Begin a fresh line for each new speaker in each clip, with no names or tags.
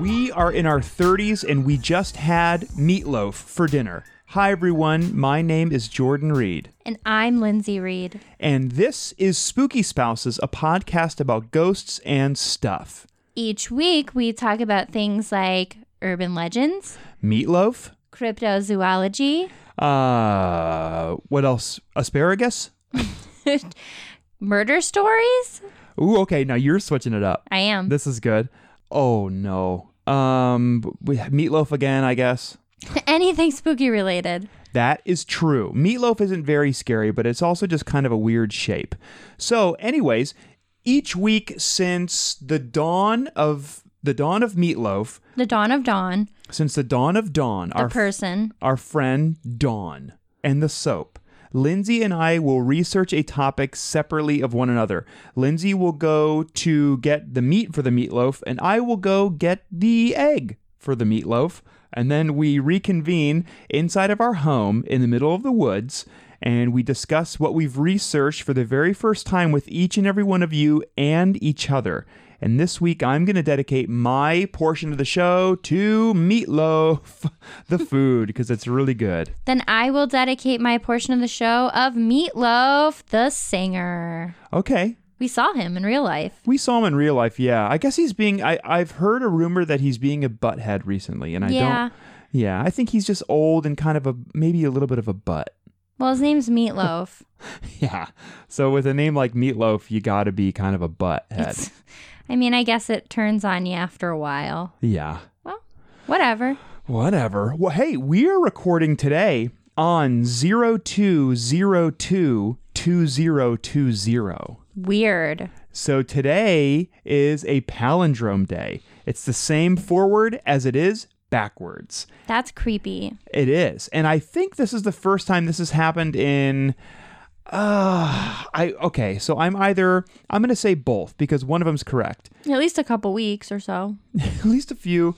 We are in our 30s and we just had meatloaf for dinner. Hi, everyone. My name is Jordan Reed.
And I'm Lindsay Reed.
And this is Spooky Spouses, a podcast about ghosts and stuff.
Each week, we talk about things like urban legends,
Meatloaf?
cryptozoology,
Uh, what else? Asparagus?
murder stories.
Ooh, okay. Now you're switching it up.
I am.
This is good. Oh, no. Um, we- meatloaf again, I guess.
Anything spooky related.
That is true. Meatloaf isn't very scary, but it's also just kind of a weird shape. So, anyways, each week since the dawn of the dawn of Meatloaf,
The Dawn of Dawn,
since the dawn of Dawn,
the
our
person.
our friend Dawn and the soap. Lindsay and I will research a topic separately of one another. Lindsay will go to get the meat for the meatloaf, and I will go get the egg for the meatloaf. And then we reconvene inside of our home in the middle of the woods, and we discuss what we've researched for the very first time with each and every one of you and each other. And this week, I'm going to dedicate my portion of the show to meatloaf, the food, because it's really good.
Then I will dedicate my portion of the show of Meatloaf, the singer.
Okay.
We saw him in real life.
We saw him in real life. Yeah. I guess he's being, I, I've heard a rumor that he's being a butthead recently. And I
Yeah.
don't, yeah, I think he's just old and kind of a, maybe a little bit of a butt.
Well, his name's Meatloaf.
Yeah. So with a name like Meatloaf, you got to be kind of a butthead.
It's- I mean, I guess it turns on you after a while.
Yeah.
Well, whatever.
Whatever. Well, hey, we are recording today on 0202 2020.
Weird.
So today is a palindrome day. It's the same forward as it is backwards.
That's creepy.
It is. And I think this is the first time this has happened in uh I okay, so I'm either I'm going to say both because one of them's correct.
At least a couple weeks or so.
at least a few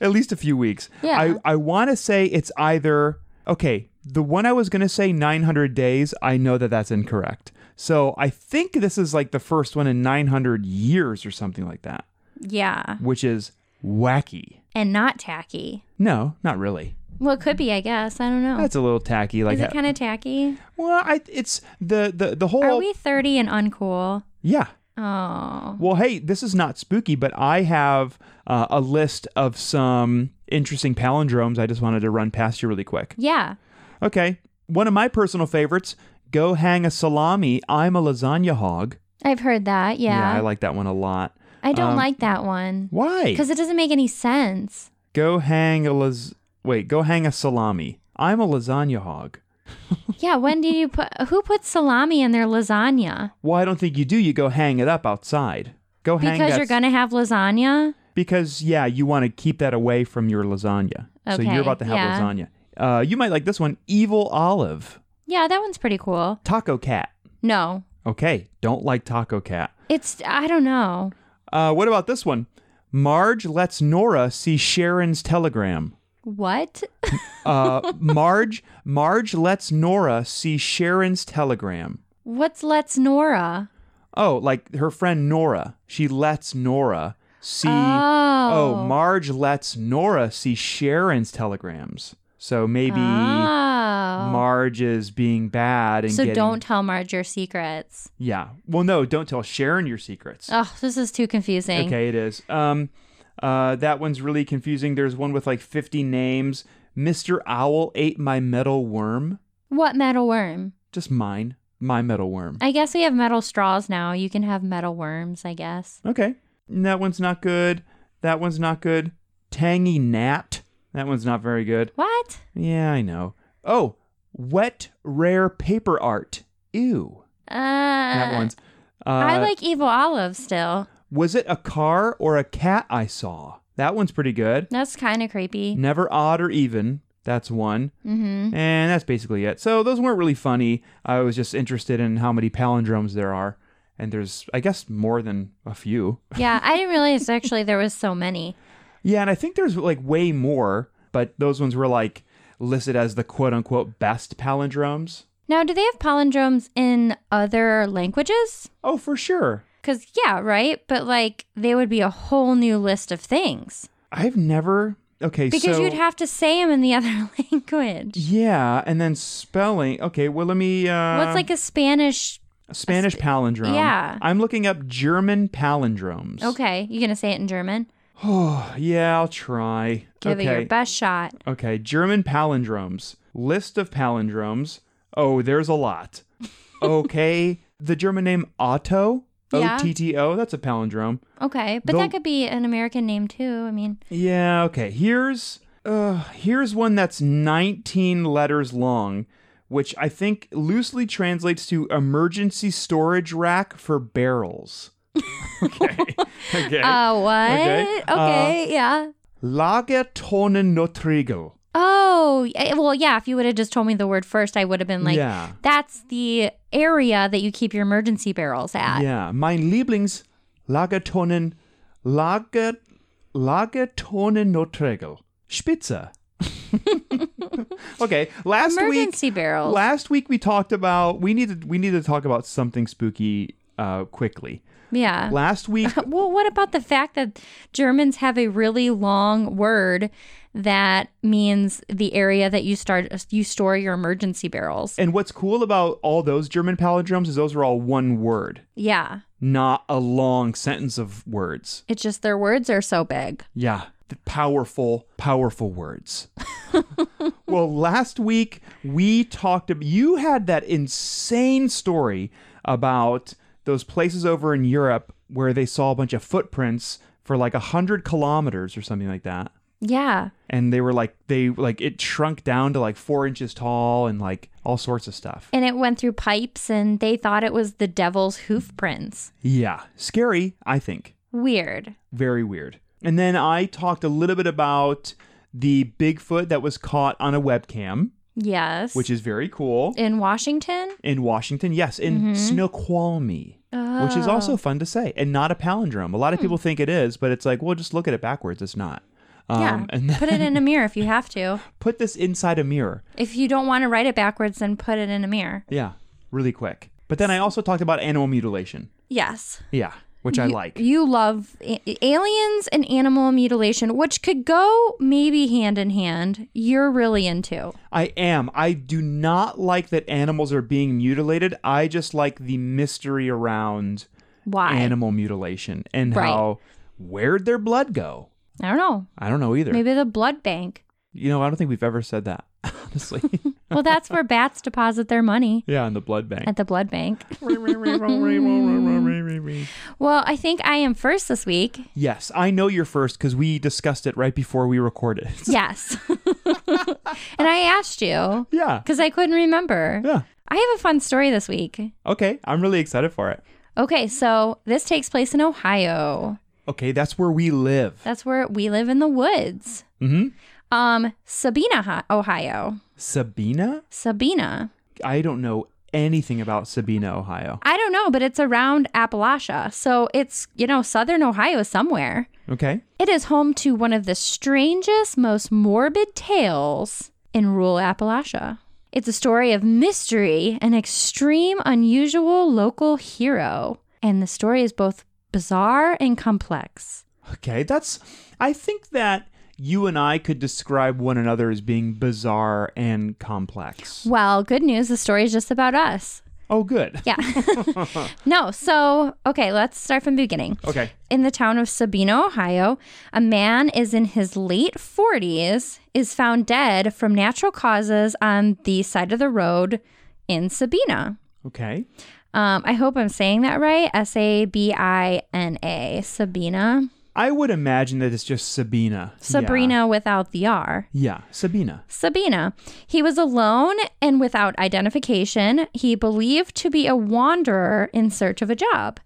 at least a few weeks
Yeah.
i, I want to say it's either okay the one i was going to say 900 days i know that that's incorrect so i think this is like the first one in 900 years or something like that
Yeah.
which is wacky
And not tacky.
no not really
Well, it could be, I guess. I don't know.
that's a little tacky like
Is it kind of tacky?
well I, it's the the, the whole
Are we 30 and uncool?
yeah
Oh.
Well, hey, this is not spooky, but I have uh, a list of some interesting palindromes I just wanted to run past you really quick.
Yeah.
Okay. One of my personal favorites go hang a salami. I'm a lasagna hog.
I've heard that. Yeah.
I like that one a lot.
I don't
um,
like that one
Why?
because it doesn't make any sense.
Go hang a las. Wait, go hang a salami. I'm a lasagna hog.
yeah. When do you put, who puts salami in their lasagna?
Well, I don't think you do. You go hang it up outside. Go Oh, hang
Because
that-
you're going to have lasagna?
Because, yeah, you want to keep that away from your lasagna. So
Okay,
you're about to have
yeah.
lasagna. Uh, you might like this one Evil Olive.
Yeah. That one's pretty cool.
Taco Cat.
No.
Okay, don't like Taco Cat.
It's, I don't know.
Uh, what about this one? Marge lets Nora see Sharon's telegram.
What?
Uh, Marge, Marge lets Nora see Sharon's telegram.
What's Let's Nora?
Oh, like her friend Nora. She lets Nora see.
Oh.
oh, Marge lets Nora see Sharon's telegrams. So maybe
Oh.
Marge is being bad and
so
getting-
don't tell Marge your secrets.
Yeah. Well, no, don't tell Sharon your secrets.
Oh, this is too confusing.
Okay, it is. Um, uh, that one's really confusing. There's one with like 50 names. Mr. Owl ate my metal worm.
What metal worm?
Just mine. My metal worm.
I guess we have metal straws now. You can have metal worms, I guess.
Okay. That one's not good. That one's not good. Tangy gnat. That one's not very good.
What?
Yeah, I know. Oh, wet rare paper art. Ew.
Uh,
That one's. Uh,
I like evil olive still.
Was it a car or a cat I saw? That one's pretty good.
That's kind of creepy.
Never odd or even. That's one.
Mm-hmm.
And that's basically it. So those weren't really funny. I was just interested in how many palindromes there are. And there's, I guess, more than a few.
Yeah, I didn't realize actually there was so many.
Yeah, and I think there's like way more, but those ones were like listed as the quote unquote best palindromes.
Now, do they have palindromes in other languages?
Oh, for sure.
Because, yeah, right? But like, they would be a whole new list of things.
I've never. Okay,
Because
so
you'd have to say them in the other language.
yeah, and then spelling. Okay, well let me. Uh,
What's like a Spanish?
Spanish palindrome?
yeah.
I'm looking up German palindromes.
Okay, you gonna say it in German?
Oh yeah, I'll try.
Give
okay.
it your best shot.
Okay, German palindromes. List of palindromes. Oh, there's a lot. Okay, the German name Otto.
Yeah.
O T T O. That's a palindrome.
Okay, but
Don't-
that could be an American name too. I mean,
Yeah. Okay. Here's uh here's one that's 19 letters long, which I think loosely translates to emergency storage rack for barrels. okay. Okay.
uh, what?
Okay,
Okay,
uh,
yeah.
Lagertonnennotriegel.
Oh, eh, well, yeah. If you would have just told me the word first, I would have been like,
Yeah.
that's the area that you keep your emergency barrels at.
Yeah, mein Lieblings Lagertonnen Lager Lagertonnennotregel. Spitze. okay, last
Emergency
week
barrels.
last week we talked about we need to we need to talk about something spooky uh quickly.
yeah.
Last week
well, what about the fact that Germans have a really long word that means the area that you start you store your emergency barrels?
and what's cool about all those German palindromes is those are all one word,
Yeah.
not a long sentence of words.
It's just their words are so big.
Yeah, the powerful, powerful words. well, last week we talked about you had that insane story about those places over in Europe where they saw a bunch of footprints for like a hundred kilometers or something like that.
Yeah.
And they were like they like it shrunk down to like four inches tall and like all sorts of stuff.
And it went through pipes and they thought it was the devil's hoof prints.
Yeah. Scary, I think.
Weird.
Very weird. And then I talked a little bit about the Bigfoot that was caught on a webcam.
Yes.
which is very cool.
in Washington?
In Washington, yes, in
Mm-hmm.
Snoqualmie, which is
Oh.
also fun to say and not a palindrome. A lot of
Hmm.
people think it is, but it's like, well, just look at it backwards. It's not. Um,
Yeah.
And then
put it in a mirror if you have to.
put this inside a mirror.
If you don't want to write it backwards, then put it in a mirror.
Yeah, really quick. But then I also talked about animal mutilation.
Yes.
Yeah, which I like.
You love a- aliens and animal mutilation, which could go maybe hand in hand. You're really into.
I am. I do not like that animals are being mutilated. I just like the mystery around
Why?
animal mutilation and
Right.
how where'd their blood go?
I don't know.
I don't know either.
Maybe the blood bank.
You know, I don't think we've ever said that, honestly.
Well, that's where bats deposit their money
yeah, in the blood bank.
at the blood bank. Well, I think I am first this week.
yes, I know you're first because we discussed it right before we recorded.
Yes. and I asked you
yeah.
because I couldn't remember.
Yeah.
I have a fun story this week.
Okay. I'm really excited for it.
Okay, so this takes place in Ohio.
Okay, that's where we live.
That's where we live in the woods.
hmm
Um, Sabina, Hi- Ohio.
Sabina?
Sabina.
I don't know anything about Sabina, Ohio.
I don't know, but it's around Appalachia. So it's, you know, southern Ohio somewhere.
Okay.
It is home to one of the strangest, most morbid tales in rural Appalachia. It's a story of mystery and extreme, unusual local hero. And the story is both bizarre and complex.
Okay. That's, I think that you and I could describe one another as being bizarre and complex.
Well, good news the story is just about us.
Oh, good.
Yeah. no, so, okay, let's start from the beginning.
Okay.
in the town of Sabino, Ohio, a man is in his late 40s is found dead from natural causes on the side of the road in Sabina.
Okay.
Um, I hope I'm saying that right. S A B I N A, Sabina.
I would imagine that it's just Sabina.
Sabrina without the R.
Yeah, yeah Sabina.
Sabina. He was alone and without identification. He believed to be a wanderer in search of a job.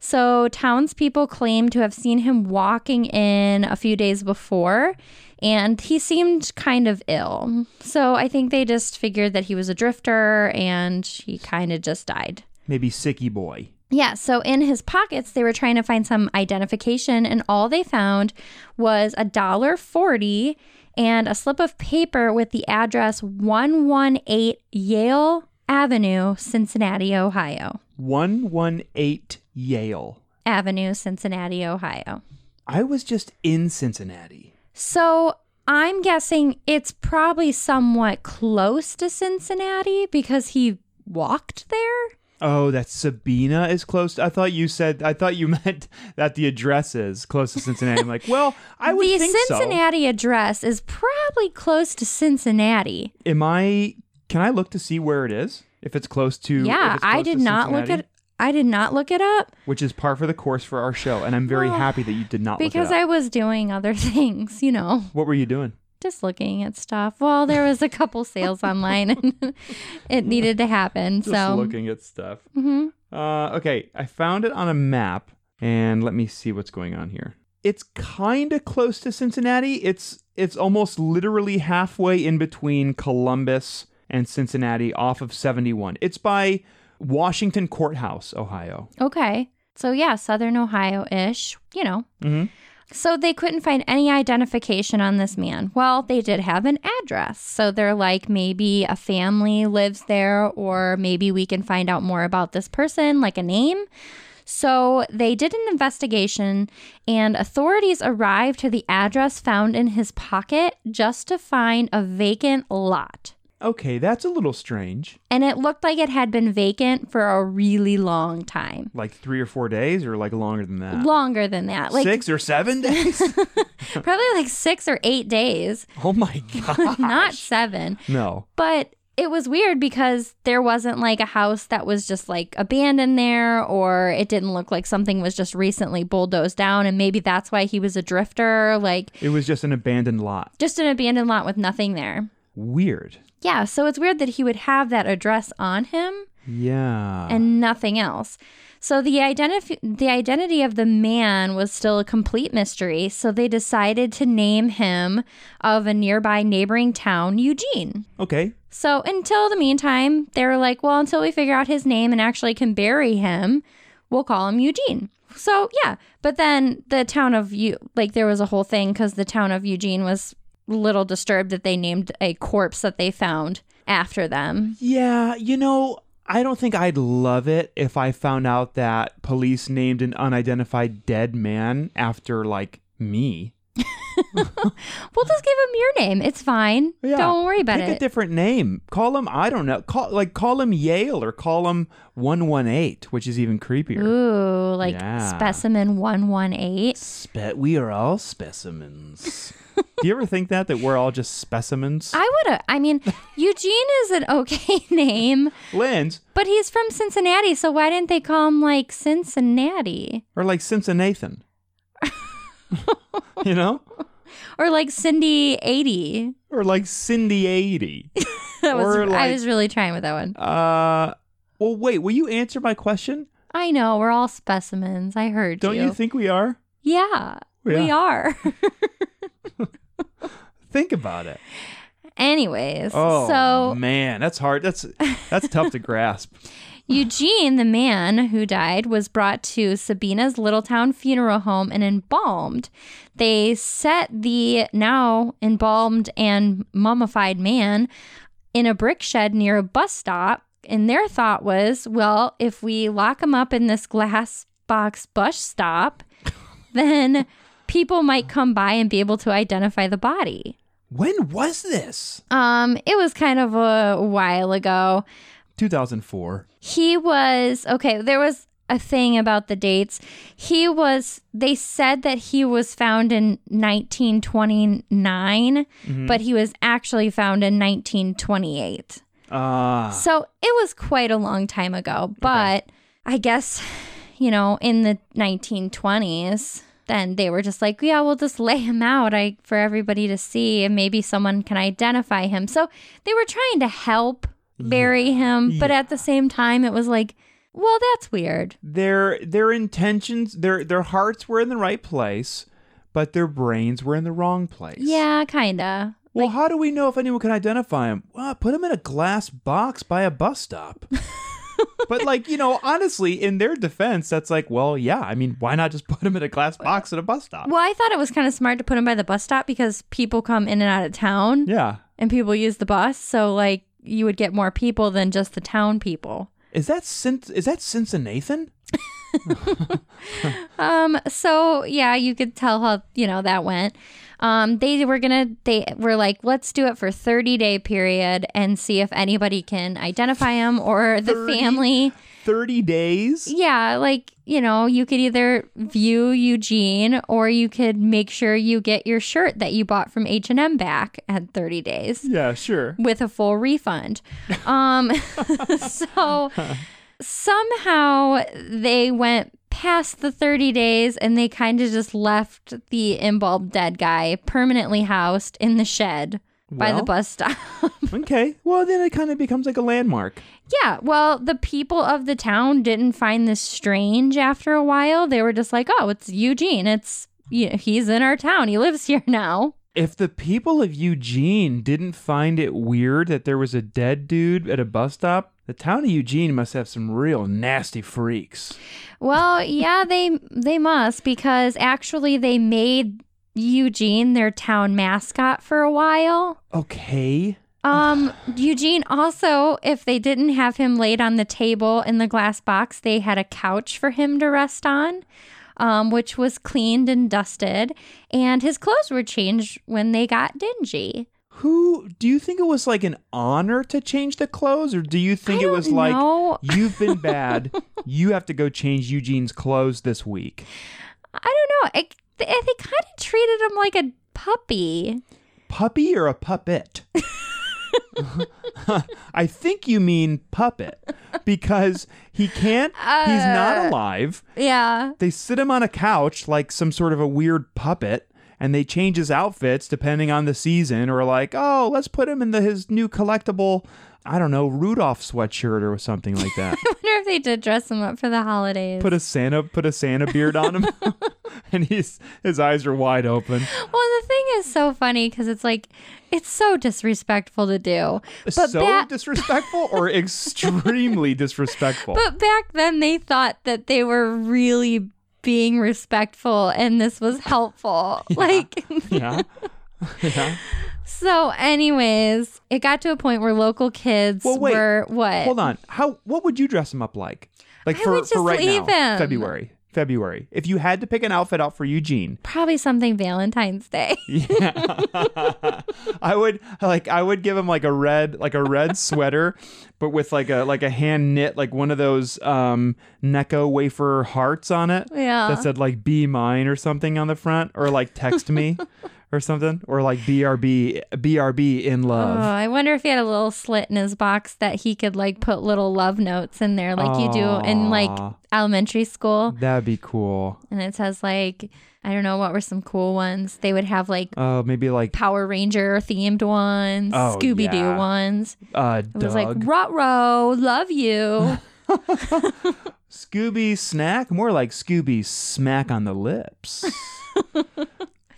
So, townspeople claim to have seen him walking in a few days before, and he seemed kind of ill. So, I think they just figured that he was a drifter and he kind of just died.
Maybe Sicky Boy.
Yeah, so in his pockets they were trying to find some identification and all they found was a dollar 40 and a slip of paper with the address 118 Yale Avenue, Cincinnati, Ohio.
118 Yale.
Avenue, Cincinnati, Ohio.
I was just in Cincinnati.
So I'm guessing it's probably somewhat close to Cincinnati because he walked there.
Oh, that Sabina is close. I thought you said. I thought you meant that the address is close to Cincinnati. I'm like, well, I would
the
think so.
Cincinnati address is probably close to Cincinnati.
Am I? Can I look to see where it is? If it's close to. if
yeah,
it's
I
close
did
to
not look
Cincinnati?
at I did not look it up
Which is par for the course for our show, and I'm very
Well,
happy that you did not
because
look it up.
I was doing other things, you know,
What were you doing?
just looking at stuff. Well, there was a couple sales online and it needed to happen.
Just
so
looking at stuff.
Mhm.
Uh, okay, I found it on a map, and let me see what's going on here. It's kind of close to Cincinnati. It's it's almost literally halfway in between Columbus and Cincinnati, off of 71. It's by Washington Courthouse, Ohio.
Okay. So, yeah, Southern Ohio ish, you know.
Mhm.
So, they couldn't find any identification on this man. Well, they did have an address. So, they're like, maybe a family lives there, or maybe we can find out more about this person, like a name. So, they did an investigation, and authorities arrived to the address found in his pocket just to find a vacant lot.
Okay, that's a little strange.
And it looked like it had been vacant for a really long time.
Like three or four days, or like longer than that.
Longer than that. Like
Six or seven days?
probably like six or eight days,
oh my god!
not seven.
no.
But it was weird because there wasn't like a house that was just like abandoned there, or it didn't look like something was just recently bulldozed down. And maybe that's why he was a drifter, like
It was just an abandoned lot.
just an abandoned lot with nothing there.
Weird.
Yeah, so it's weird that he would have that address on him.
Yeah.
and nothing else. So the identity the identity of the man was still a complete mystery, so they decided to name him of a nearby neighboring town, Eugene.
okay.
So until the meantime, they were like, well, until we figure out his name and actually can bury him, we'll call him Eugene. So yeah, but then the town of you like there was a whole thing cuz the town of Eugene was little disturbed that they named a corpse that they found after them.
Yeah, you know, I don't think I'd love it if I found out that police named an unidentified dead man after like me.
We'll just give him your name. It's fine.
Yeah,
Don't worry about
Pick a
it.
different name. Call him I don't know. Call like call him Yale or call him 118, which is even creepier.
Ooh, like
Yeah.
specimen 118.
Spe- we are all specimens. Do you ever think that that we're all just specimens?
I would have, I mean, Eugene is an okay name,
Lynn's
but he's from Cincinnati, so why didn't they call him like Cincinnati
or like Cincinnati. you know?
or like Cindy 80?
Or like Cindy 80.
That was,
Or
I
like-
was really trying with that one.
Uh, well, wait. Will you answer my question?
I know, we're all specimens. I heard
Don't you think we are?
yeah, we
Yeah.
are.
Think about it.
Anyways,
Oh
so
man, that's hard. That's that's tough to grasp.
Eugene, the man who died, was brought to Sabina's Little Town funeral home and embalmed. They set the now embalmed and mummified man in a brick shed near a bus stop. And their thought was, well, if we lock him up in this glass box bus stop, then people might come by and be able to identify the body.
When was this?
Um, it was kind of a while ago.
2004.
He was okay. There was a thing about the dates. He was. They said that he was found in 1929, but he was actually found in 1928.
Ah,
So it was quite a long time ago. But I guess, you know, in the 1920s, then they were just like, yeah, we'll just lay him out I, for everybody to see, and maybe someone can identify him. So they were trying to help bury him, but at the same time, it was like, well, that's weird.
their their intentions, their their hearts were in the right place, but their brains were in the wrong place.
Yeah, kinda.
Well, how do we know if anyone can identify him? Well, put him in a glass box by a bus stop. but like, you know, honestly, in their defense, that's like, well, yeah, I mean, why not just put him in a glass box at a bus stop?
Well, I thought it was kind of smart to put him by the bus stop because people come in and out of town
Yeah.
and people use the bus. So, like, you would get more people than just the town people.
Is that Cin- is that Cincinnati?
Um, so yeah, you could tell how, you know, that went. Um, they were gonna they were like, let's do it for 30 day period and see if anybody can identify him or the
30?
family.
30 days?
Yeah, like, you know, you could either view Eugene or you could make sure you get your shirt that you bought from H&M back at 30 days
Yeah, sure.
with a full refund. Um so somehow they went past the 30 days and they kind of just left the embalmed dead guy permanently housed in the shed by the
Well.
bus stop.
Okay. Well, then it kind of becomes like a landmark.
Yeah, well, the people of the town didn't find this strange after a while. They were just like, "Oh, it's Eugene. It's you know, he's in our town. He lives here now."
If the people of Eugene didn't find it weird that there was a dead dude at a bus stop, the town of Eugene must have some real nasty freaks.
Well, yeah, they they must because actually they made Eugene their town mascot for a while.
Okay.
Um, Eugene also, if they didn't have him laid on the table in the glass box, they had a couch for him to rest on, um, which was cleaned and dusted, and his clothes were changed when they got dingy.
Who do you think it was like an honor to change the clothes, or do you think
I
it was
don't
like
know.
you've been bad, you have to go change Eugene's clothes this week?
I don't know. I, they, they kind of treated him like a puppy.
Puppy or a puppet? I think you mean puppet because he can't, he's
Uh,
not alive.
Yeah.
They sit him on a couch like some sort of a weird puppet and they change his outfits depending on the season or like, "Oh, let's put him in the, his new collectible, I don't know, Rudolph sweatshirt or something like that."
I wonder if they did dress him up for the holidays.
put a Santa put a Santa beard on him and he's his eyes are wide open.
Well, the thing is so funny because it's like, it's so disrespectful to do. But
so
that-
disrespectful or extremely disrespectful.
But back then, they thought that they were really being respectful and this was helpful. Like,
yeah. yeah.
so, anyways, it got to a point where local kids
Well, wait.
were what?
Hold on. How what would you dress him up like? Like
I
for,
would
for
just
right
leave
now.
him.
February. February. If you had to pick an outfit out for Eugene,
Probably something Valentine's Day.
yeah. I would like I would give him like a red like a red sweater, but with like a like a hand knit like one of those um Necco wafer hearts on it.
Yeah.
That said like be mine or something on the front or like text me or something or like BRB BRB in
Oh,
love.
I wonder if he had a little slit in his box that he could like put little love notes in there, like you do in like
Aw.
elementary school.
That'd be cool.
And it says like, I don't know what were some cool ones. They would have like
Uh maybe like
Power Ranger themed ones,
Oh,
Scooby Doo
yeah.
ones.
uh
It
Doug.
was like Rotro, love you.
Scooby snack, more like Scooby smack on the lips. uh,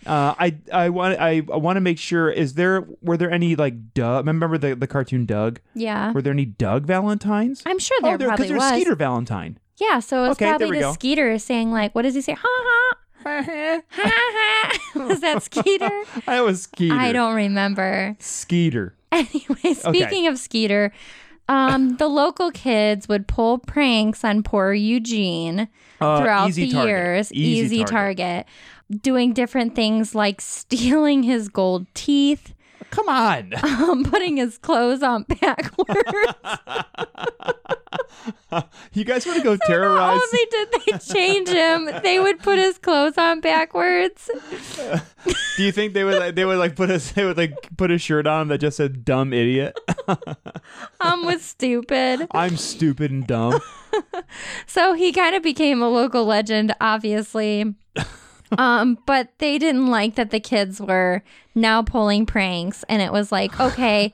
I I want I, I want to make sure is there were there any like Doug? Remember the, the cartoon Doug?
yeah,
Were there any Doug Valentines?
I'm sure there
oh, there
probably
there's
was.
Skeeter Valentine.
Yeah, so it was
Okay, there
probably
we
just
go.
Skeeter saying like, what does he say? Ha ha ha ha. was that Skeeter?
I was Skeeter.
I don't remember.
Skeeter.
Anyway, speaking of Skeeter, um, the local kids would pull pranks on poor Eugene
Uh,
throughout
easy
the
target.
years.
Easy target.
target. doing different things like stealing his gold teeth,
Come on.
um, putting his clothes on backwards.
you guys want to go
Not
terrorize?
only did they change him, they would put his clothes on backwards.
Do you think they would like, they would like put a they would like put a shirt on that just said dumb idiot?
Um, was stupid.
I'm stupid and dumb.
So he kind of became a local legend, obviously. um, but they didn't like that the kids were now pulling pranks, and it was like, okay,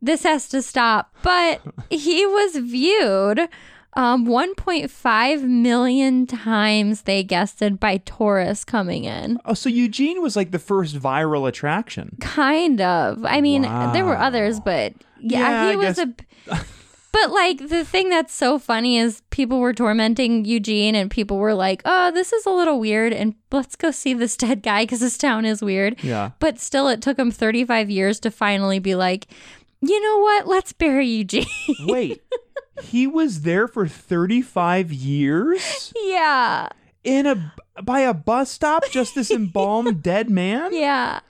this has to stop. But he was viewed. Um, 1.5 million times they guested by tourists coming in.
Oh, so Eugene was like the first viral attraction.
Kind of. I mean, there were others, but yeah,
Yeah,
he
I
was
guess-
a. But like the thing that's so funny is people were tormenting Eugene, and people were like, "Oh, this is a little weird," and let's go see this dead guy because this town is weird.
Yeah.
But still, it took him 35 years to finally be like, you know what? Let's bury Eugene.
Wait, he was there for 35 years?
yeah.
in a by a bus stop just this embalmed dead man?
Yeah.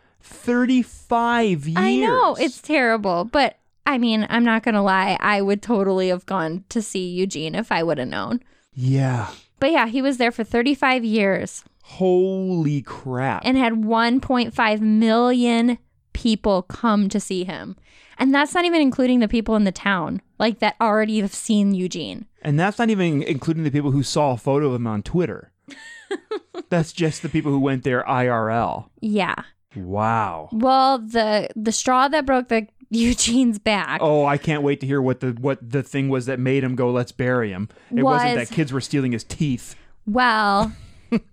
35 years.
I know it's terrible, but I mean, I'm not gonna lie. I would totally have gone to see Eugene if I would have known.
Yeah.
But yeah, he was there for 35 years
Holy crap.
and had 1.5 million people come to see him, and that's not even including the people in the town like that already have seen Eugene.
And that's not even including the people who saw a photo of him on Twitter. that's just the people who went there IRL.
Yeah.
Wow.
Well, the the straw that broke the Eugene's back.
Oh, I can't wait to hear what the what the thing was that made him go let's bury him. It was... not
Was-
that kids were stealing his teeth.
Well,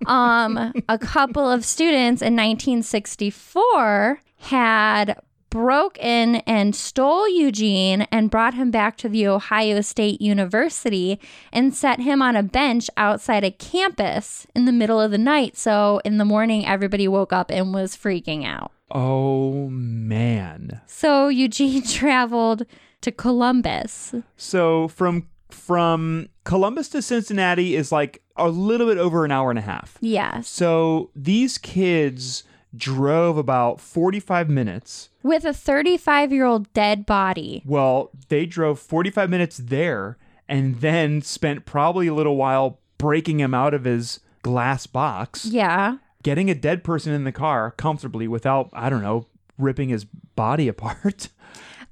um, a couple of students in 1964 had broke in and stole Eugene and brought him back to the Ohio State University and set him on a bench outside a campus in the middle of the night. So in the morning, everybody woke up and was freaking out.
Oh man.
So Eugene traveled to Columbus.
So from from Columbus to Cincinnati is like a little bit over an hour and a half.
Yes.
So these kids drove about 45 minutes.
With a 35 year old dead body.
Well, they drove 45 minutes there and then spent probably a little while breaking him out of his glass box,
Yeah.
getting a dead person in the car comfortably without, I don't know, ripping his body apart.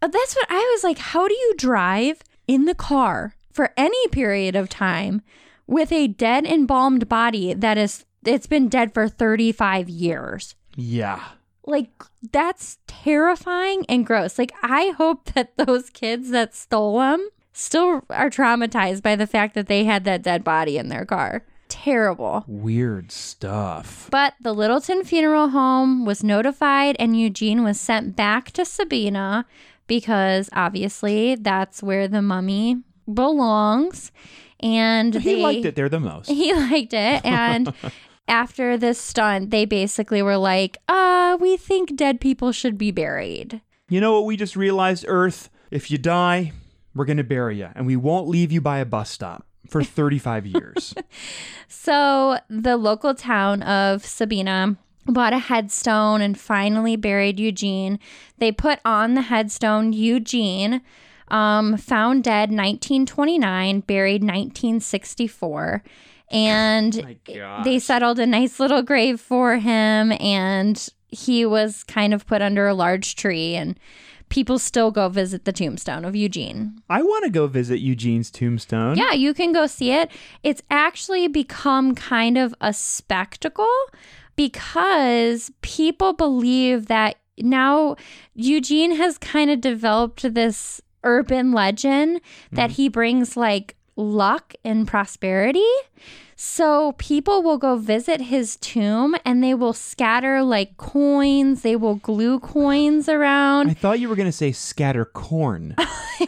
Uh, That's what I was like. How do you drive in the car for any period of time with a dead embalmed body that is it's been dead for 35 years?
yeah.
Like that's terrifying and gross. Like I hope that those kids that stole them still are traumatized by the fact that they had that dead body in their car. Terrible.
Weird stuff.
But the Littleton Funeral Home was notified, and Eugene was sent back to Sabina because obviously that's where the mummy belongs. And
He
they-
liked it there the most.
He liked it. And after this stunt, they basically were like, uh, we think dead people should be buried.
You know what we just realized, Earth? If you die, we're going to bury you and we won't leave you by a bus stop for 35 years.
So the local town of Sabina bought a headstone and finally buried Eugene. They put on the headstone Eugene, um, found dead 1929, buried 1964.
Oh
And
God.
they settled a nice little grave for him, and he was kind of put under a large tree. And people still go visit the tombstone of Eugene.
I want to go visit Eugene's tombstone.
Yeah, you can go see it. It's actually become kind of a spectacle because people believe that now Eugene has kind of developed this urban legend that he brings like luck and prosperity. So people will go visit his tomb and they will scatter like coins, they will glue coins around
I thought you were going to say scatter corn.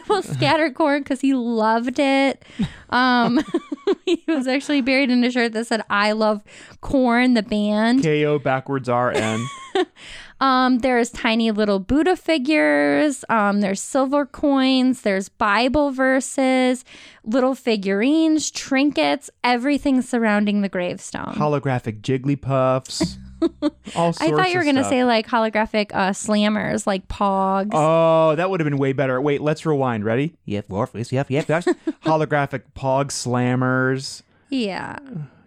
well, scattercorn because he loved it. Um, he was actually buried in a shirt that said "I love corn," the band.
KO backwards RN.
Um, there's tiny little Buddha figures. Um, there's silver coins. There's Bible verses, little figurines, trinkets, everything surrounding the gravestone.
Holographic Jigglypuffs. All sorts
I thought you were
going
gonna
to
say like holographic uh, slammers, like pogs.
Oh, that would have been way better. Wait, let's rewind. Ready? Yep, warf, yep, yep, yep. Holographic pog slammers.
yeah.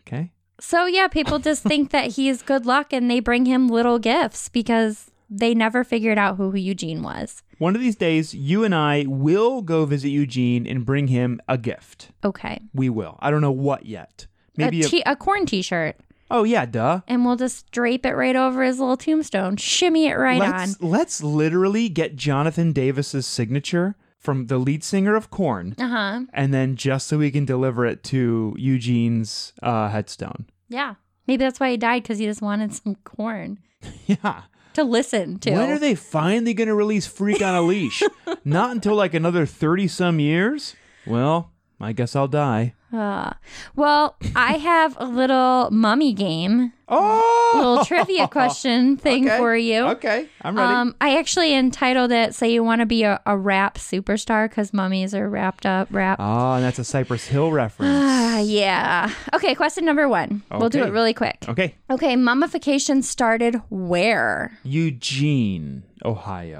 Okay.
So yeah, people just think that he is good luck and they bring him little gifts because they never figured out who Eugene was.
One of these days, you and I will go visit Eugene and bring him a gift.
Okay.
We will. I don't know what yet. Maybe
a,
a,
t- a corn t-shirt
Oh yeah, duh.
and we'll just drape it right over his little tombstone. Shimmy it right on.
let's let's literally get Jonathan Davis's signature from the lead singer of Korn
Uh-huh.
and then just so we can deliver it to Eugene's uh, headstone.
Yeah. Maybe that's why he died cuz he just wanted some corn
Yeah.
to listen to.
When are they finally going to release Freak on a Leash? Not until like another 30 some years? Well, I guess I'll die.
Uh, well, I have a little mummy game,
Oh,
little trivia question thing
Okay.
for you.
Okay, I'm ready.
Um, I actually entitled it "Say You Want to Be a, a Rap Superstar" because mummies are wrapped up. Wrap.
Ah, and that's a Cypress Hill
Ah,
reference.
yeah. Okay, question number one. We'll do
Okay.
it really quick.
okay,
Okay, mummification started where?
Eugene, Ohio.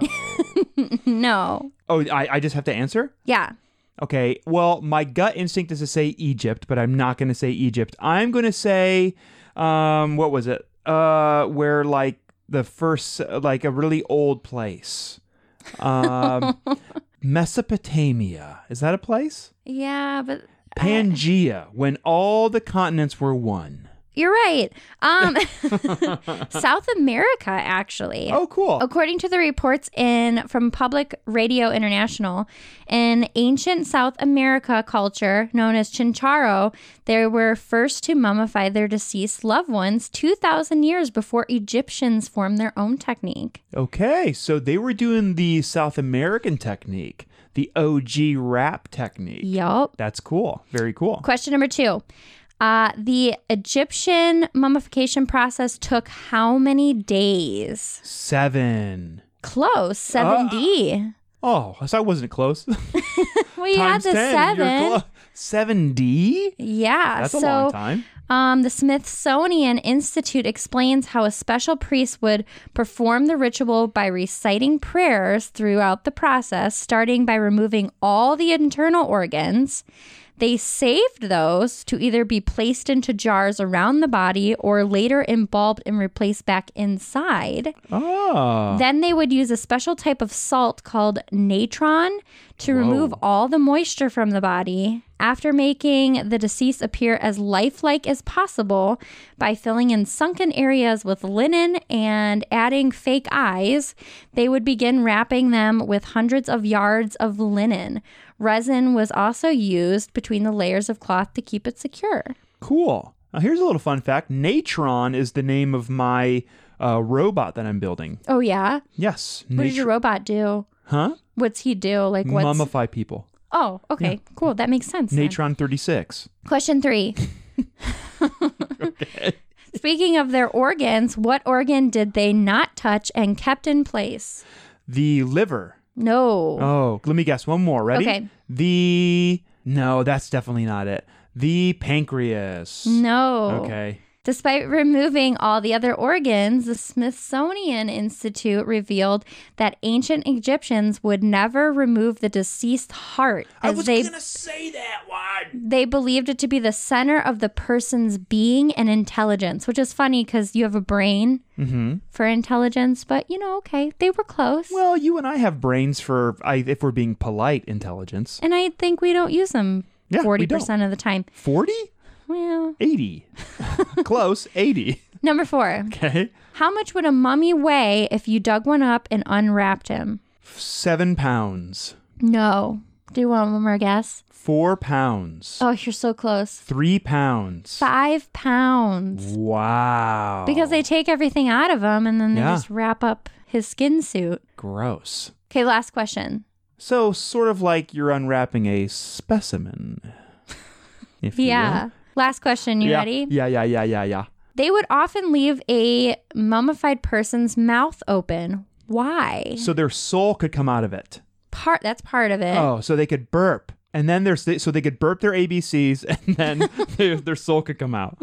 No.
oh, I, I just have to answer?
Yeah.
Okay, well, my gut instinct is to say Egypt, but I'm not going to say Egypt. I'm going to say, um, what was it? Uh, where like the first, like a really old place. Um, Mesopotamia. Is that a place?
Yeah, but
Pangea, when all the continents were one.
you're right. Um, South America, actually.
Oh, cool.
According to the reports in from Public Radio International, in ancient South America culture known as Chincharo, they were first to mummify their deceased loved ones 2,000 years before Egyptians formed their own technique.
Okay, so they were doing the South American technique, the OG rap technique.
Yup.
That's cool. Very cool.
Question number two. Uh, the Egyptian mummification process took how many days?
Seven.
Close, 7D.
Oh, so I wasn't close.
we
Times
had the
10, you're clo-
7.
7D?
Yeah.
That's a
so
long time.
Um, the Smithsonian Institute explains how a special priest would perform the ritual by reciting prayers throughout the process, starting by removing all the internal organs. They saved those to either be placed into jars around the body or later embalmed and replaced back inside.
Oh.
Then they would use a special type of salt called natron to remove all the moisture from the body after making the deceased appear as lifelike as possible by filling in sunken areas with linen and adding fake eyes they would begin wrapping them with hundreds of yards of linen resin was also used between the layers of cloth to keep it secure
Cool. Now, here's a little fun fact Natron is the name of my uh, robot that I'm building.
oh yeah
Yes.
what does your
Natron-
robot do
Huh?
what's he do like what's
Mummify people.
oh okay cool that makes sense then.
Natron 36.
Question three. Speaking of their organs, what organ did they not touch and kept in place?
The liver.
No.
Oh, let me guess. One more. Ready?
Okay.
The no, that's definitely not it. The pancreas.
No.
Okay.
Despite removing all the other organs, the Smithsonian Institute revealed that ancient Egyptians would never remove the deceased heart as they
say that one.
they believed it to be the center of the person's being and intelligence, which is funny because you have a brain
Mm-hmm.
for intelligence, but you know, okay, they were close.
Well, you and I have brains for, I, if we're being polite, intelligence.
and I think we don't use them
Yeah, we
forty
don't.
percent of the time.
40?
Well,
80. Close. 80.
number four.
Okay.
How much would a mummy weigh if you dug one up and unwrapped him?
Seven pounds.
No. Do you want one more guess?
Four pounds.
Oh, you're so close.
Three pounds.
Five pounds.
Wow.
Because they take everything out of him and then they
Yeah.
just wrap up his skin suit.
Gross.
Okay, last question.
So, sort of like you're unwrapping a specimen. If you will.
Yeah. Last question. You
yeah.
ready?
Yeah, yeah, yeah, yeah, yeah.
They would often leave a mummified person's mouth open. Why?
So their soul could come out of it.
Part that's part of it.
Oh, so they could burp. And then there's so they could burp their ABCs and then their, their soul could come out.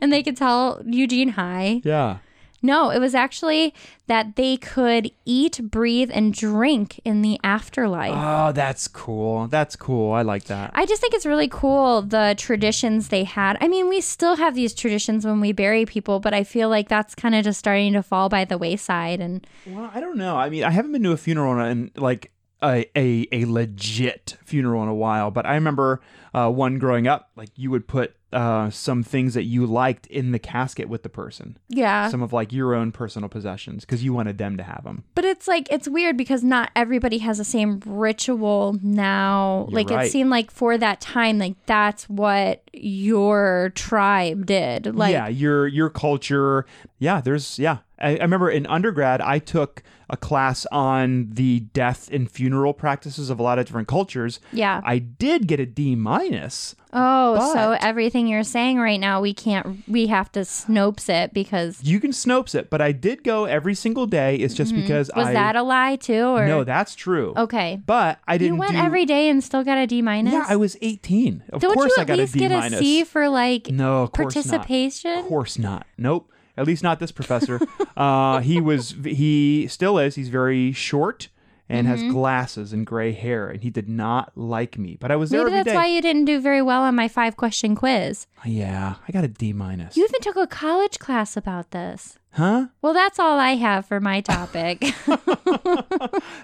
And they could tell Eugene hi.
Yeah.
No, it was actually that they could eat, breathe, and drink in the afterlife.
Oh, that's cool. That's cool. I like that.
I just think it's really cool the traditions they had. I mean, we still have these traditions when we bury people, but I feel like that's kind of just starting to fall by the wayside. And
Well, I don't know. I mean, I haven't been to a funeral in, in like a, a a legit funeral in a while, but I remember uh, one growing up. Like you would put uh, some things that you liked in the casket with the person,
yeah,
some of like your own personal possessions, because you wanted them to have them.
But it's like it's weird because not everybody has the same ritual now.
You're
like it
right.
seemed like for that time, like that's what your tribe did. Like
yeah, your your culture. Yeah, there's yeah. I, I remember in undergrad, I took a class on the death and funeral practices of a lot of different cultures.
Yeah.
I did get a D minus.
Oh, so
But-
everything you're saying right now, we can't, we have to Snopes it because
You can Snopes it, but I did go every single day. It's just because
Mm-hmm. was
I
that a lie too? Or
no, that's true.
okay,
But I didn't
you went
do,
every day and still got a D minus.
Yeah, I was 18. Of
Don't
course
you
I
at
got
least
a D
get
minus.
a C for like
No, of course Not.
participation?
Of course not. Nope. At least not this professor. uh, he was. He still is. He's very short and
Mm-hmm.
has glasses and gray hair, and he did not like me. But I was there
Maybe
every
that's
day.
why you didn't do very well on my five question quiz.
Yeah, I got a D minus.
You even took a college class about this.
Huh?
Well, that's all I have for my topic.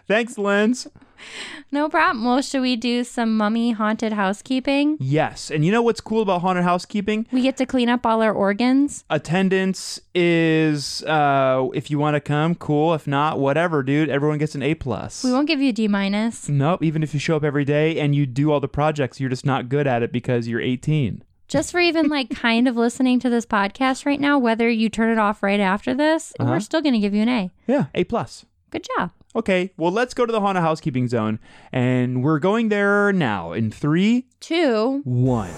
Thanks, Lens.
no problem. Well, should we do some mummy haunted housekeeping?
Yes, and you know what's cool about haunted housekeeping?
We get to clean up all our organs.
Attendance is uh, if you want to come, cool. If not, whatever, dude. Everyone gets an A plus.
We won't give you a D minus.
Nope. Even if you show up every day and you do all the projects, you're just not good at it because you're 18.
Just for even like kind of listening to this podcast right now, whether you turn it off right after this, we're still going to give you an A.
Yeah, A plus.
Good job.
Okay, well, let's go to the haunted housekeeping zone, and we're going there now in three,
Two.
one.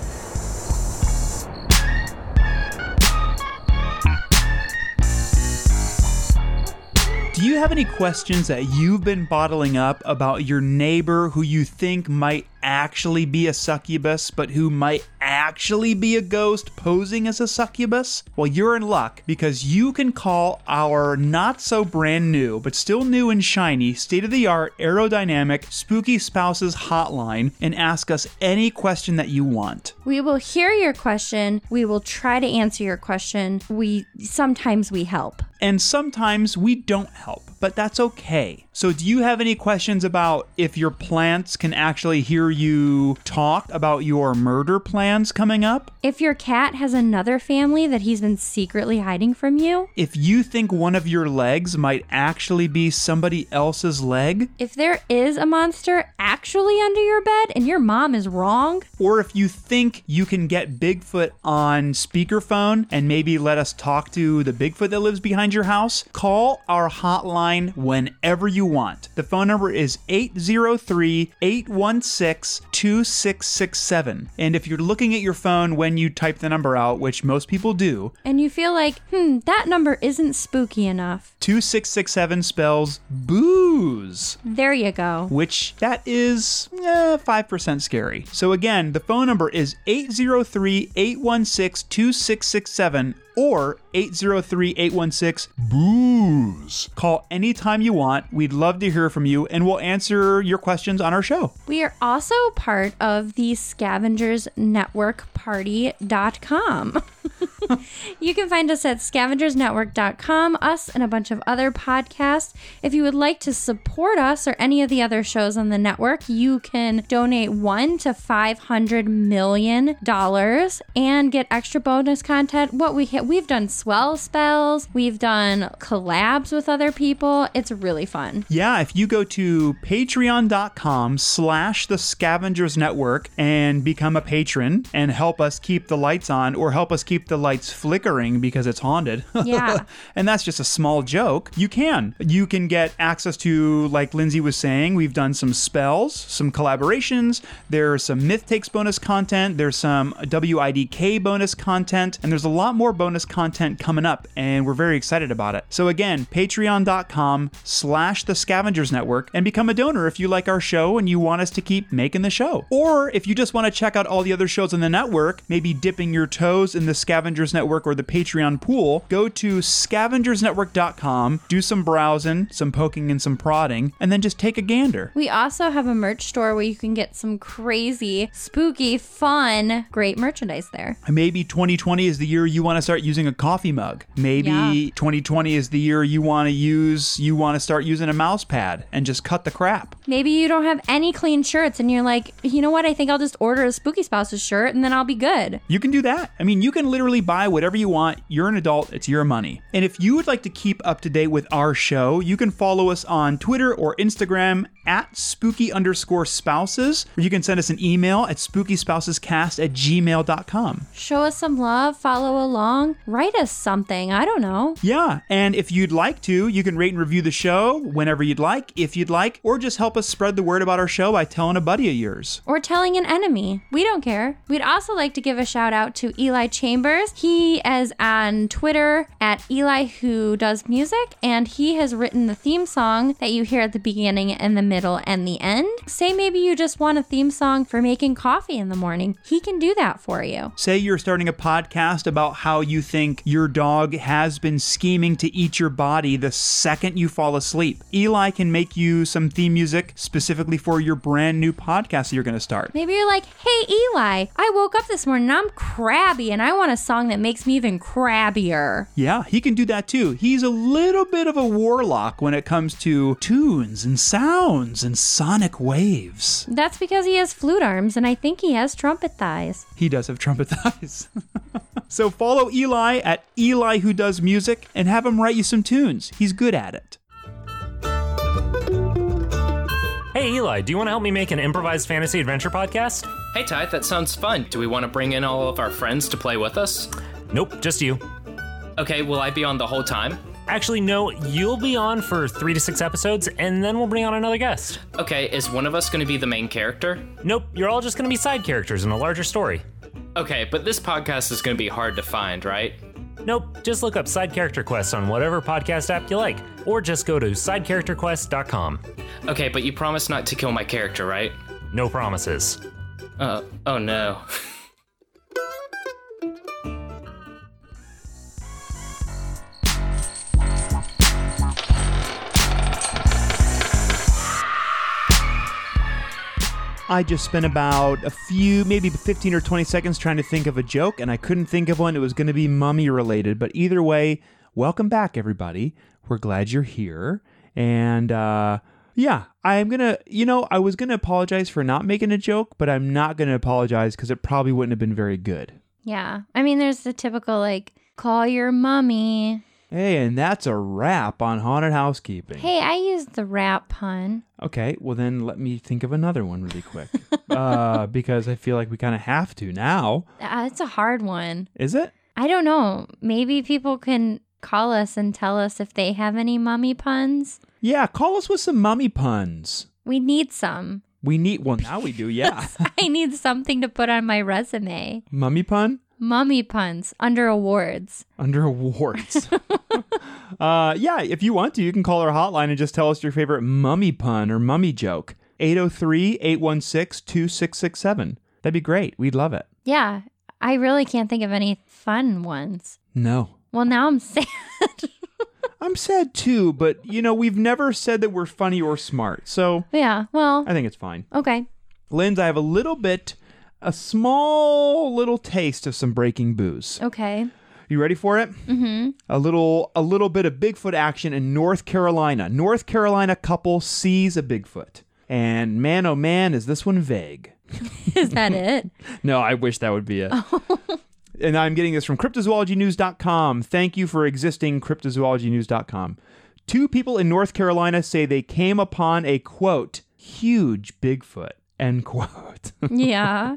Do you have any questions that you've been bottling up about your neighbor who you think might actually be a succubus, but who might actually be a ghost posing as a succubus? Well, you're in luck because you can call our not so brand new, but still new and shiny, state of the art, aerodynamic, spooky spouses hotline and ask us any question that you want.
We will hear your question. We will try to answer your question. We sometimes we help.
And sometimes we don't help, but that's okay. So, do you have any questions about if your plants can actually hear you talk about your murder plans coming up?
If your cat has another family that he's been secretly hiding from you,
If you think one of your legs might actually be somebody else's leg?
if there is a monster actually under your bed and your mom is wrong,
Or if you think you can get Bigfoot on speakerphone and maybe let us talk to the Bigfoot that lives behind your house, call our hotline whenever you want. The phone number is 803 816 2667. And if you're looking at your phone when you type the number out, which most people do,
and you feel like, hmm, that number isn't spooky enough,
2667 spells booze.
there you go.
which that is eh, 5% scary. So again, the phone number is 803-816-2667 or 803-816-BOOZE. Call anytime you want. We'd love to hear from you and we'll answer your questions on our show.
We are also part of the Scavengers Network Party.com. you can find us at scavengersnetwork.com, us and a bunch of other podcasts. If you would like to support us or any of the other shows on the network, you can donate one to five hundred million dollars and get extra bonus content. What we hit, we've done swell spells, we've done collabs with other people. It's really fun.
Yeah, if you go to patreon.com slash the scavengers network and become a patron and help us keep the lights on or help us keep the lights flickering because it's haunted.
Yeah.
and that's just a small joke. You can. You can get access to, like Lindsay was saying, we've done some spells, some collaborations, there's some Myth Takes bonus content, there's some WIDK bonus content, and there's a lot more bonus content coming up, and we're very excited about it. So again, patreon.com slash the scavengers network and become a donor if you like our show and you want us to keep making the show. Or if you just want to check out all the other shows on the network, maybe dipping your toes in the Scavengers Network or the Patreon pool, go to scavengersnetwork.com, do some browsing, some poking, and some prodding, and then just take a gander.
We also have a merch store where you can get some crazy, spooky, fun, great merchandise there.
Maybe 2020 is the year you want to start using a coffee mug. Maybe
Yeah.
2020 is the year you want to use you want to start using a mouse pad and just cut the crap.
Maybe you don't have any clean shirts and you're like, you know what? I think I'll just order a Spooky Spouse's shirt and then I'll be good.
You can do that. I mean, you can literally buy whatever you want. You're an adult, it's your money. And if you would like to keep up to date with our show, you can follow us on Twitter or Instagram at spooky underscore spouses, or you can send us an email at spookyspousescast at gmail.com.
Show us some love, follow along, write us something. I don't know.
Yeah, and if you'd like to, you can rate and review the show whenever you'd like, if you'd like, or just help us spread the word about our show by telling a buddy of yours.
Or telling an enemy. We don't care. We'd also like to give a shout out to Eli Chambers. He is on Twitter at Eli Who Does Music, and he has written the theme song that you hear at the beginning and the middle and the end. Say maybe you just want a theme song for making coffee in the morning. He can do that for you.
Say you're starting a podcast about how you think your dog has been scheming to eat your body the second you fall asleep. Eli can make you some theme music specifically for your brand new podcast that you're going to start.
Maybe you're like, hey, Eli, I woke up this morning and I'm crabby and I want a song that makes me even crabbier.
Yeah, he can do that too. He's a little bit of a warlock when it comes to tunes and sounds and sonic waves.
That's because he has flute arms and I think he has trumpet thighs.
He does have trumpet thighs. so follow Eli at Eli Who Does Music and have him write you some tunes. He's good at it.
Hey, Eli, do you want to help me make an improvised fantasy adventure podcast?
Hey, Ty, that sounds fun. Do we want to bring in all of our friends to play with us?
Nope, just you.
Okay, will I be on the whole time?
Actually, no, you'll be on for three to six episodes, and then we'll bring on another guest.
Okay, is one of us going to be the main character?
Nope, you're all just going to be side characters in a larger story.
Okay, but this podcast is going to be hard to find, right?
Nope, just look up Side Character Quest on whatever podcast app you like, or just go to sidecharacterquest.com.
Okay, but you promised not to kill my character, right?
No promises.
Uh, oh no.
I just spent about a few, maybe 15 or 20 seconds trying to think of a joke, and I couldn't think of one. It was going to be mummy related. But either way, welcome back, everybody. We're glad you're here. And uh, yeah, I'm going to, you know, I was going to apologize for not making a joke, but I'm not going to apologize because it probably wouldn't have been very good.
Yeah. I mean, there's the typical like, call your mummy.
Hey, and that's a wrap on haunted housekeeping.
Hey, I used the rap pun.
Okay, well then let me think of another one really quick, uh, because I feel like we kind of have to now.
Uh, it's a hard one.
Is it?
I don't know. Maybe people can call us and tell us if they have any mummy puns.
Yeah, call us with some mummy puns.
We need some.
We need well now we do, yeah.
I need something to put on my resume.
mummy pun
Mummy puns under awards.
under awards. uh, yeah, if you want to, you can call our hotline and just tell us your favorite mummy pun or mummy joke. 803-816-2667. That'd be great. We'd love it.
Yeah. I really can't think of any fun ones.
No.
Well, now I'm sad.
I'm sad too, but you know, we've never said that we're funny or smart. So,
yeah. Well,
I think it's fine.
okay.
Linz, I have a little bit, a small little taste of some breaking booze.
Okay.
You ready for it? Mm-hmm. A little, a little bit of Bigfoot action in North Carolina. North Carolina couple sees a Bigfoot, and man, oh man, is this one vague.
Is that it?
No, I wish that would be it. and I'm getting this from cryptozoologynews.com. Thank you for existing, cryptozoologynews.com. Two people in North Carolina say they came upon a quote, huge Bigfoot, end quote.
Yeah.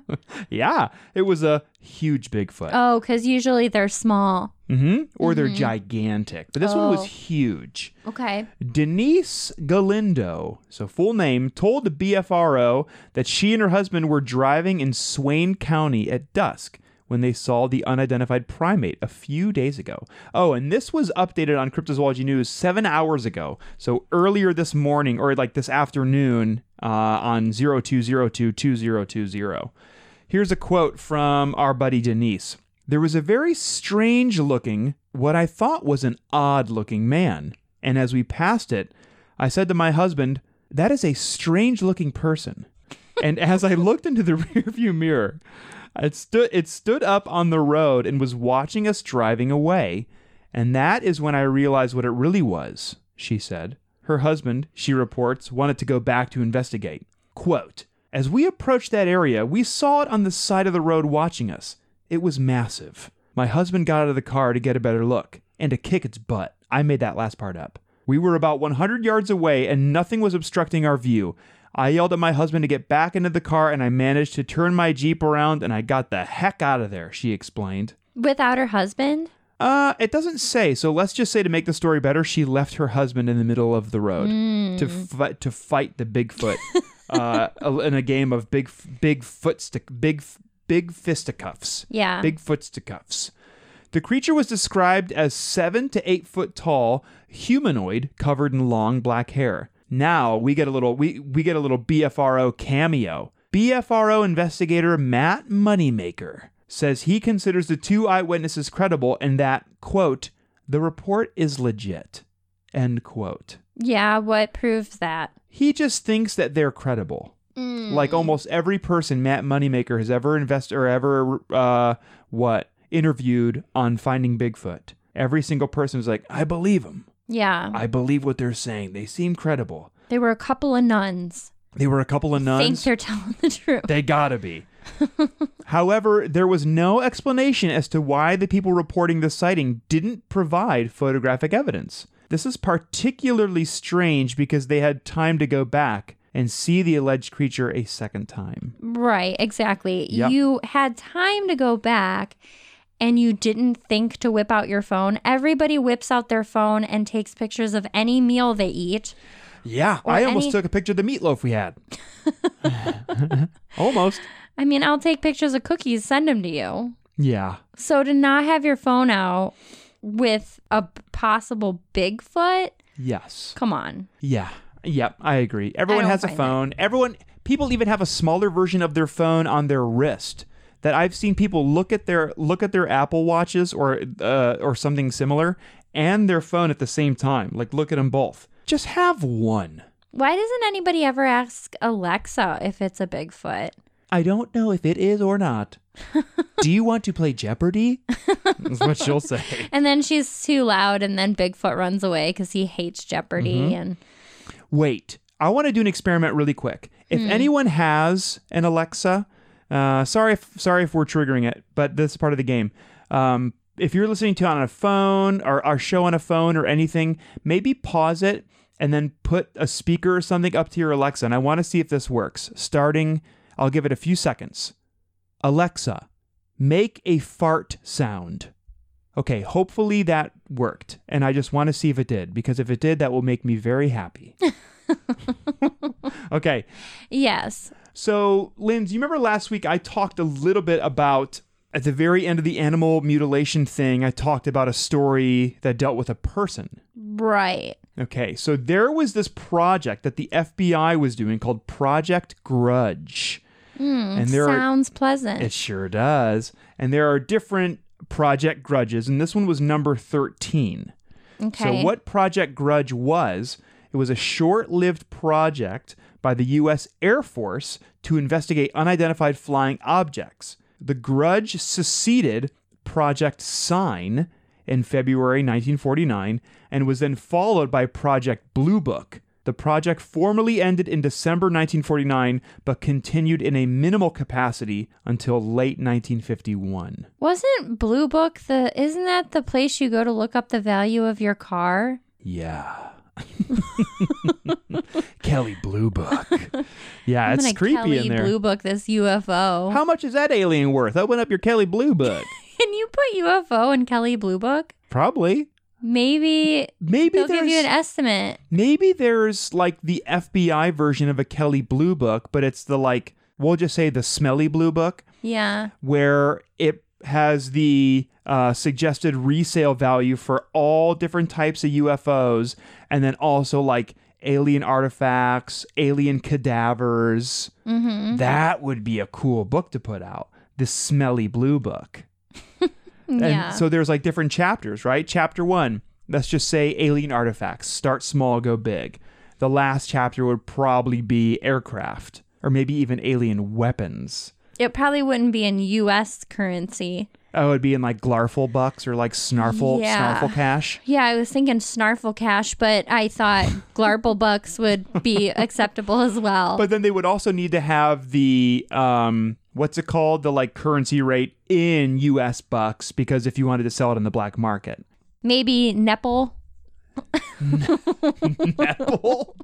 yeah, it was a huge Bigfoot.
Oh, because usually they're small.
hmm Or they're gigantic. But this one
Oh.
was huge.
Okay.
Denise Galindo, so full name, told the BFRO that she and her husband were driving in Swain County at dusk when they saw the unidentified primate a few days ago. Oh, and this was updated on Cryptozoology News seven hours ago. So earlier this morning, or like this afternoon, uh, on 0202 2020. Here's a quote from our buddy Denise. There was a very strange looking, what I thought was an odd looking man. And as we passed it, I said to my husband, That is a strange looking person. and as I looked into the rearview mirror, it stood, it stood up on the road and was watching us driving away. And that is when I realized what it really was, she said. Her husband, she reports, wanted to go back to investigate. Quote As we approached that area, we saw it on the side of the road watching us. It was massive. My husband got out of the car to get a better look and to kick its butt. I made that last part up. We were about 100 yards away and nothing was obstructing our view. I yelled at my husband to get back into the car and I managed to turn my Jeep around and I got the heck out of there, she explained.
Without her husband?
Uh, it doesn't say. So let's just say to make the story better, she left her husband in the middle of the road to fi- to fight the Bigfoot uh, in a game of big big footstick big big fisticuffs.
Yeah.
Big footsticuffs. The creature was described as seven to eight foot tall, humanoid, covered in long black hair. Now we get a little we, we get a little BFRO cameo. BFRO investigator Matt Moneymaker says he considers the two eyewitnesses credible and that, quote, the report is legit. End quote.
Yeah, what proves that?
He just thinks that they're credible. Like almost every person Matt Moneymaker has ever invested or ever uh, what interviewed on Finding Bigfoot, every single person was like, "I believe them.
Yeah.
I believe what they're saying. They seem credible.
They were a couple of nuns.
They were a couple of nuns.
Think they're telling the truth.
They gotta be. However, there was no explanation as to why the people reporting the sighting didn't provide photographic evidence. This is particularly strange because they had time to go back and see the alleged creature a second time.
Right, exactly.
Yep.
You had time to go back and you didn't think to whip out your phone. Everybody whips out their phone and takes pictures of any meal they eat.
Yeah,
Or
I almost
any-
took a picture of the meatloaf we had. almost.
I mean, I'll take pictures of cookies, send them to you.
Yeah.
So to not have your phone out with a possible Bigfoot,
Yes.
come on.
Yeah. Yep. I agree. Everyone
don't
has a
find that.
phone. Everyone, people even have a smaller version of their phone on their wrist. That I've seen people look at their look at their Apple watches or uh, or something similar and their phone at the same time. Like look at them both. Just have one.
Why doesn't anybody ever ask Alexa if it's a Bigfoot?
I don't know if it is or not. Do you want to play Jeopardy? That's what she'll say.
And then she's too loud, and then Bigfoot runs away because he hates Jeopardy.
Mm-hmm.
And
Wait, I want to do an experiment really quick. If anyone has an Alexa, uh, sorry, if, sorry if we're triggering it, but this is part of the game. Um, if you're listening to it on a phone or our show on a phone or anything, maybe pause it and then put a speaker or something up to your Alexa. And I want to see if this works. Starting, I'll give it a few seconds. Alexa, make a fart sound. Okay, hopefully that worked. And I just want to see if it did, because if it did, that will make me very happy. okay,
yes,
so Lynn, do you remember last week I talked a little bit about, at the very end of the animal mutilation thing, I talked about a story that dealt with a person.
right.
Okay, so there was this project that the FBI was doing called Project Grudge. and there are
Sounds pleasant.
it sure does. And there are different project grudges, and this one was number 13.
okay.
So, what Project Grudge was, it was a short lived project by the U.S. Air Force to investigate unidentified flying objects. The Grudge seceded Project Sign in February 1949 and was then followed by Project Blue Book. The project formally ended in December 1949 but continued in a minimal capacity until late 1951.
Wasn't Blue Book the? Isn't that the place you go to look up the value of your car?
Yeah. Kelly Blue Book. Yeah,
I'm
it's
gonna
creepy
Kelly
in there.
Blue Book this UFO.
How much is that alien worth? Open up your Kelly Blue Book.
Can you put UFO in Kelly Blue Book?
Probably.
Maybe
Maybe
they'll
there's
give you an e- estimate.
maybe there's like the FBI version of a Kelly Blue Book, but it's the like we'll just say the smelly blue book
Yeah.
where it has the uh, suggested resale value for all different types of UFOs, and then also like alien artifacts, alien cadavers. That would be a cool book to put out. The Smelly Blue Book. And
yeah.
so there's like different chapters, right? Chapter one, let's just say alien artifacts. Start small, go big. The last chapter would probably be aircraft or maybe even alien weapons.
it probably wouldn't be in U.S. currency.
Oh, it'd be in like Glarful bucks or like Snarful
Yeah.
Snarful cash.
Yeah, I was thinking snarfle cash, but I thought glarple bucks would be acceptable as well.
But then they would also need to have the um what's it called? The like currency rate in US bucks because if you wanted to sell it in the black market.
Maybe nepple.
Apple?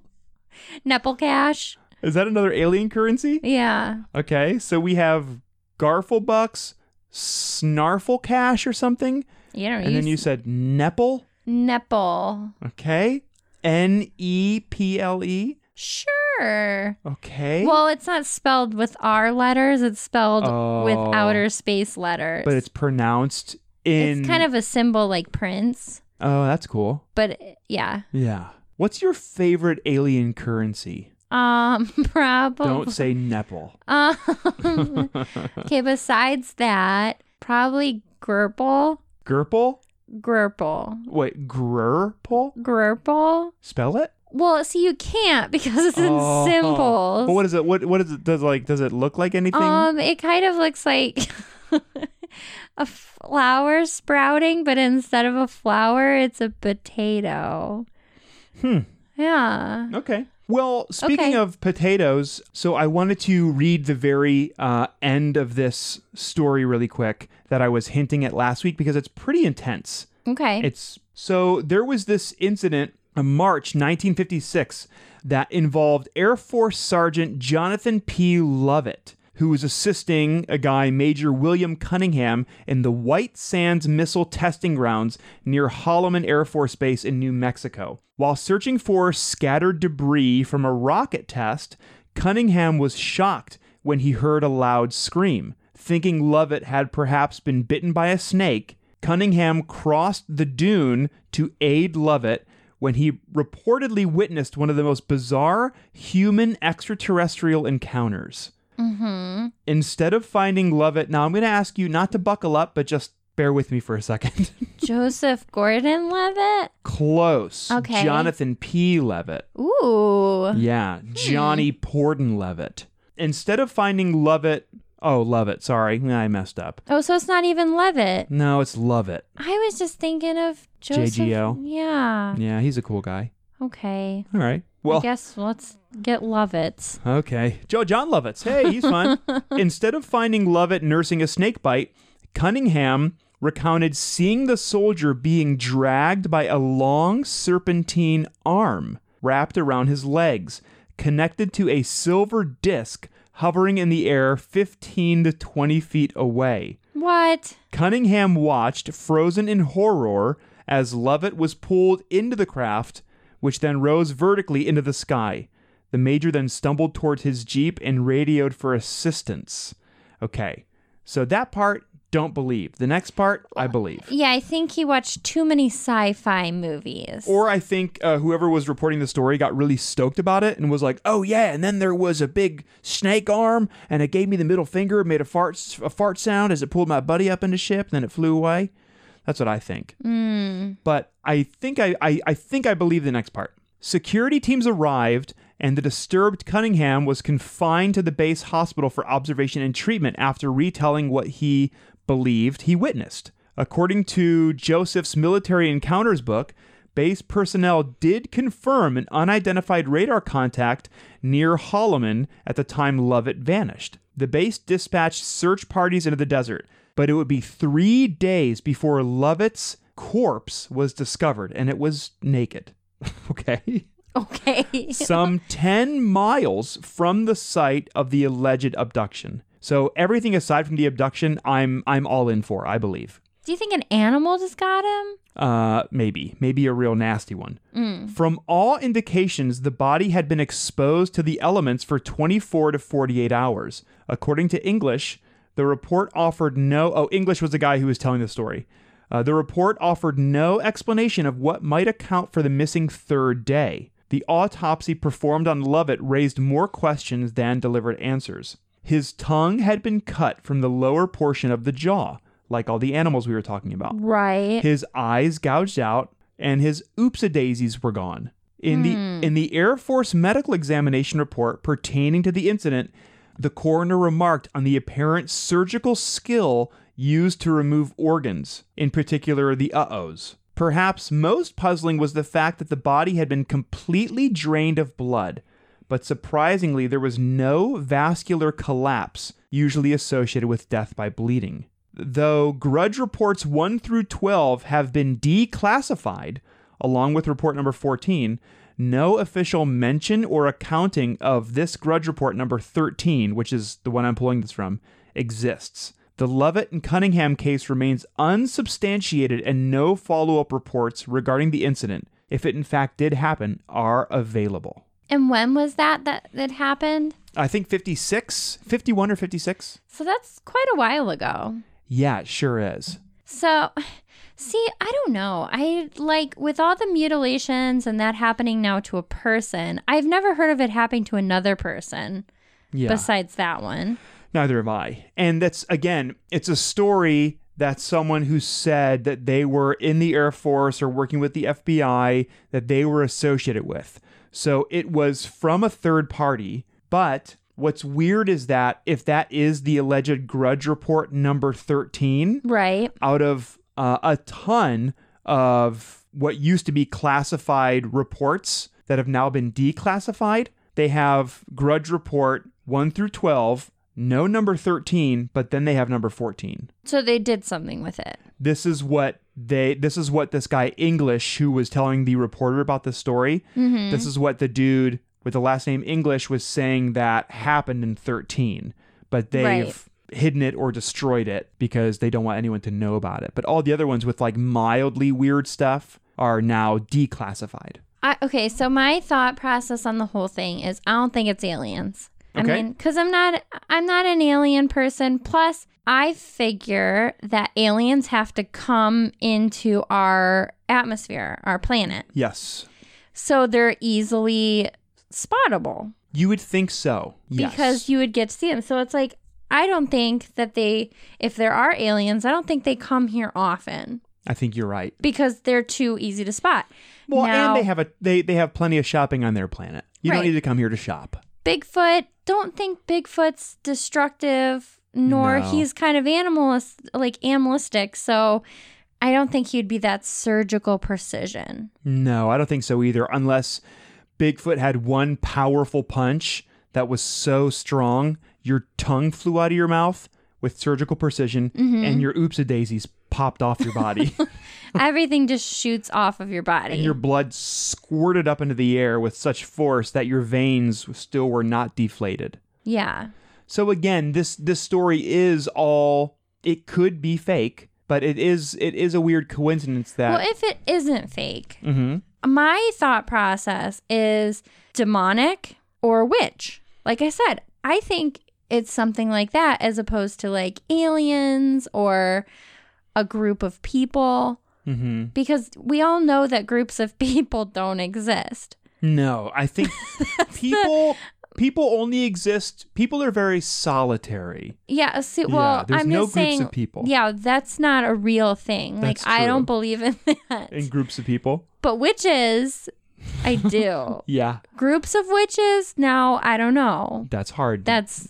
Nepple cash.
Is that another alien currency?
Yeah.
Okay, so we have Garfle bucks, Snarfle cash or something,
You don't
and then you
use
said Nepple.
Nepple.
Okay, N E P L E.
Sure.
Okay,
Well, it's not spelled with R letters. It's spelled with
Oh.
outer space letters.
but it's pronounced in.
it's kind of a symbol like Prince.
Oh, that's cool.
But uh, yeah.
Yeah. What's your favorite alien currency?
Um, probably.
Don't say Nepple.
Um, okay, besides that, probably Gerbil.
Gerple?
Gerbil.
Wait, Grurple?
Gerbil.
Spell it?
Well, see, you can't because it's in
Oh.
symbols.
But what is it? What what is it? Does like does it look like anything?
Um, it kind of looks like a flower sprouting, but instead of a flower, it's a potato. Hmm. Yeah.
Okay. Well, speaking
Okay.
of potatoes, so I wanted to read the very uh, end of this story really quick that I was hinting at last week because it's pretty intense.
Okay.
It's so there was this incident in March 1956 that involved Air Force Sergeant Jonathan P. Lovett, who was assisting a guy, Major William Cunningham, in the White Sands missile testing grounds near Holloman Air Force Base in New Mexico. While searching for scattered debris from a rocket test, Cunningham was shocked when he heard a loud scream. Thinking Lovett had perhaps been bitten by a snake, Cunningham crossed the dune to aid Lovett when he reportedly witnessed one of the most bizarre human extraterrestrial encounters. Instead of finding Lovett, now I'm going to ask you not to buckle up, but just bear with me for a second.
Joseph Gordon Levitt.
Close.
Okay.
Jonathan P. Levitt.
Ooh.
Yeah, Johnny Porton Levitt. Instead of finding Lovett, oh Lovett, sorry, I messed up.
Oh, so it's not even Levitt.
No, it's Lovett.
I was just thinking of Joseph.
JGL.
Yeah.
Yeah, he's a cool guy.
Okay.
All right.
I
Well,
guess let's get Lovitz.
okay. Joe John Lovitz. Hey, he's fun. Instead of finding Lovett nursing a snake bite, Cunningham recounted seeing the soldier being dragged by a long serpentine arm wrapped around his legs, connected to a silver disc hovering in the air 15 to 20 feet away.
What?
Cunningham watched, frozen in horror, as Lovett was pulled into the craft, which then rose vertically into the sky. The major then stumbled towards his jeep and radioed for assistance. Okay, so that part, don't believe. The next part, I believe.
Yeah, I think he watched too many sci-fi movies.
Or I think uh, whoever was reporting the story got really stoked about it and was like, "Oh yeah!" And then there was a big snake arm, and it gave me the middle finger, made a fart a fart sound as it pulled my buddy up into ship, and then it flew away. That's what I think. But I think I, I I think I believe the next part. Security teams arrived, and the disturbed Cunningham was confined to the base hospital for observation and treatment after retelling what he believed he witnessed. According to Joseph's military encounters book, base personnel did confirm an unidentified radar contact near Holloman at the time Lovett vanished. The base dispatched search parties into the desert, but it would be three days before Lovett's corpse was discovered, and it was naked. okay.
okay.
Some 10 miles from the site of the alleged abduction. So everything aside from the abduction, I'm I'm all in for, I believe.
Do you think an animal just got him?
Uh, maybe, maybe a real nasty one. From all indications, the body had been exposed to the elements for 24 to 48 hours. According to English, the report offered no. Oh, English was the guy who was telling the story. Uh, the report offered no explanation of what might account for the missing third day. The autopsy performed on Lovett raised more questions than delivered answers. His tongue had been cut from the lower portion of the jaw, like all the animals we were talking about.
Right.
His eyes gouged out, and his oopsie daisies were gone. In the in the Air Force medical examination report pertaining to the incident, the coroner remarked on the apparent surgical skill used to remove organs, in particular the uh-ohs. Perhaps most puzzling was the fact that the body had been completely drained of blood, but surprisingly there was no vascular collapse usually associated with death by bleeding. Though Grudge reports 1 through 12 have been declassified, along with report number 14, no official mention or accounting of this grudge report number 13, which is the one I'm pulling this from, exists. The Lovett and Cunningham case remains unsubstantiated and no follow up reports regarding the incident, if it in fact did happen, are available.
And when was that that that happened?
I think 56, 51 or 56.
So that's quite a while ago.
Yeah, it sure is.
So, see, I don't know. I like with all the mutilations and that happening now to a person. I've never heard of it happening to another person
Yeah.
besides that one.
Neither have I. And that's, again, it's a story that someone who said that they were in the Air Force or working with the FBI that they were associated with. So it was from a third party. But what's weird is that if that is the alleged grudge report number 13,
Right.
out of uh, a ton of what used to be classified reports that have now been declassified. They have Grudge Report 1 through 12, no number 13, but then they have number 14.
So they did something with it.
This is what they this is what this guy English who was telling the reporter about this story.
Mm-hmm.
This is what the dude with the last name English was saying that happened in 13, but they've
Right.
hidden it or destroyed it because they don't want anyone to know about it. But all the other ones with like mildly weird stuff are now declassified.
I, okay, so my thought process on the whole thing is I don't think it's aliens. I
Okay.
mean, because I'm not I'm not an alien person. Plus, I figure that aliens have to come into our atmosphere, our planet,
Yes.
so they're easily spottable
You would think so. Yes.
because you would get to see them. So it's like I don't think that they, if there are aliens, I don't think they come here often
I think you're right.
because they're too easy to spot.
Well,
Now-
and they have a they they have plenty of shopping on their planet. You
Right.
don't need to come here to shop.
Bigfoot, don't think Bigfoot's destructive, nor
No.
he's kind of animalist, like animalistic. So I don't think he'd be that surgical precision.
No, I don't think so either. Unless Bigfoot had one powerful punch that was so strong, your tongue flew out of your mouth with surgical precision, and your oops a daisies popped off your body,
Everything just shoots off of your body.
and your blood squirted up into the air with such force that your veins still were not deflated.
yeah.
So again, this this story is all it could be fake, but it is it is a weird coincidence that
Well, if it isn't fake,
Mhm.
my thought process is demonic or witch. Like I said, I think it's something like that as opposed to like aliens or a group of people.
Mhm.
because we all know that groups of people don't exist.
No, I think people people only exist. People are very solitary.
Yeah, see,
Yeah,
well,
there's
I'm
no groups
just saying,
of people.
Yeah, that's not a real thing.
That's
like I
true.
don't believe in that.
In groups of people,
but witches, I do.
yeah,
groups of witches? Now I don't know.
that's hard.
That's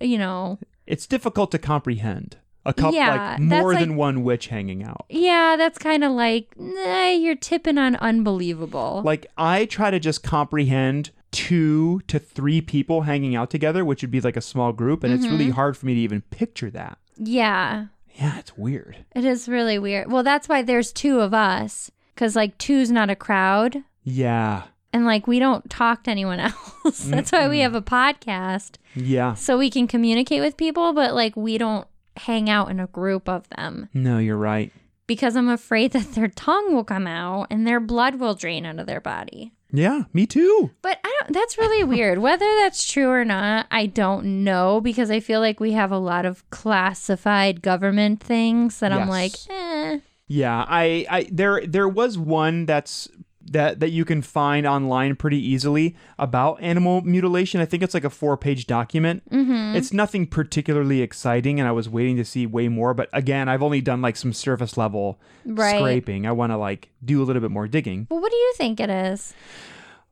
you know,
it's difficult to comprehend. A couple,
Yeah,
like more
that's
than
like-
one witch hanging out.
yeah, that's kind of like nah, you're tipping on unbelievable.
Like I try to just comprehend two to three people hanging out together, which would be like a small group, and it's
Mm-hmm.
really hard for me to even picture that.
yeah,
Yeah, it's weird.
it is really weird. Well, that's why there's two of us, because like two's not a crowd.
Yeah,
and like we don't talk to anyone else. That's why we have a podcast
yeah.
so we can communicate with people, but like we don't hang out in a group of them
No, you're right.
because I'm afraid that their tongue will come out and their blood will drain out of their body.
Yeah, me too.
But I don't that's really weird. Whether that's true or not, I don't know because I feel like we have a lot of classified government things that I'm like,
Yes.
eh.
Yeah, I, I there there was one that's that that you can find online pretty easily about animal mutilation. I think it's like a four page document. Mm-hmm. It's nothing particularly exciting, and I was waiting to see way more. But again, I've only done like some surface level
Right.
scraping. I want to like do a little bit more digging.
Well, what do you think it is?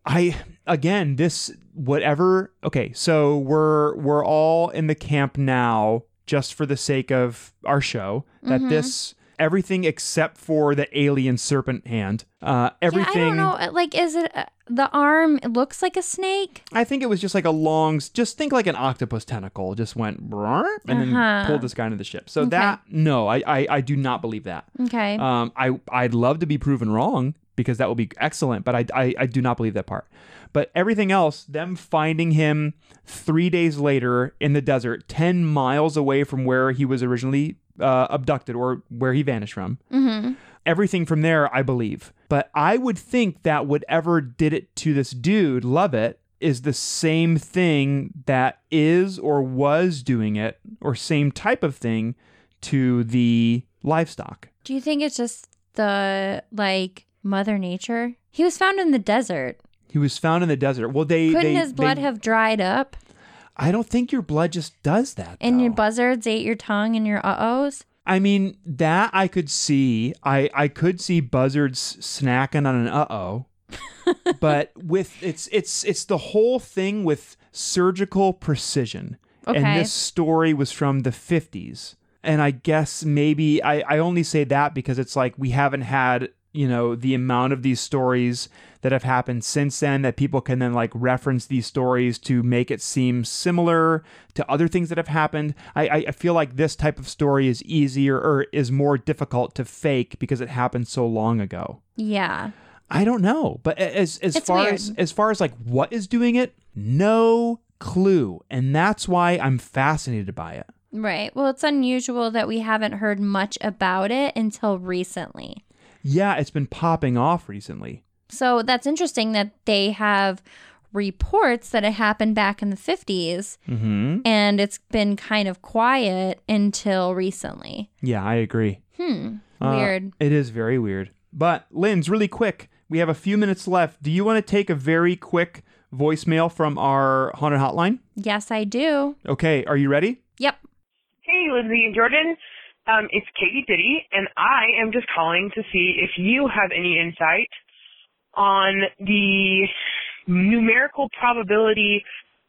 I again this whatever. Okay, so we're we're all in the camp now just for the sake of our show that
Mm-hmm.
this everything except for the alien serpent hand uh everything
Yeah, I don't know. Like, is it uh, the arm? It looks like a snake.
I think it was just like a long just think like an octopus tentacle just went brrr, and
Uh-huh.
then pulled this guy into the ship so that no I, I i do not believe that
Okay.
um i i'd love to be proven wrong because that will be excellent. But I, I, I do not believe that part. But everything else, them finding him three days later in the desert, 10 miles away from where he was originally uh, abducted or where he vanished from,
Mm-hmm.
everything from there, I believe. But I would think that whatever did it to this dude, Lovett, is the same thing that is or was doing it, or same type of thing to the livestock.
Do you think it's just the like Mother Nature? He was found in the desert.
He was found in the desert. Well, they
Couldn't
they-
his blood
they-
have dried up?
I don't think your blood just does that.
And your
though.
buzzards ate your tongue and your uh ohs?
I mean, that I could see. I I could see buzzards snacking on an uh oh. but with it's it's it's the whole thing with surgical precision.
Okay.
And this story was from the 50s. And I guess maybe I, I only say that because it's like we haven't had, you know, the amount of these stories that have happened since then that people can then like reference these stories to make it seem similar to other things that have happened. I, I, I feel like this type of story is easier or is more difficult to fake because it happened so long ago.
Yeah.
I don't know, but a- as as
It's
far
weird.
as as far as like what is doing it, no clue, and that's why I'm fascinated by it.
Right. Well, it's unusual that we haven't heard much about it until recently.
Yeah, it's been popping off recently.
So that's interesting that they have reports that it happened back in the 50s
Mm-hmm.
and it's been kind of quiet until recently.
Yeah, I agree.
Hmm.
Uh,
Weird.
it is very weird. But Lynn's really quick. We have a few minutes left. Do you want to take a very quick voicemail from our haunted hotline?
Yes, I do.
Okay, are you ready?
Yep.
Hey, Lindsay and Jordan. Um, it's Katie Biddy, and I am just calling to see if you have any insight on the numerical probability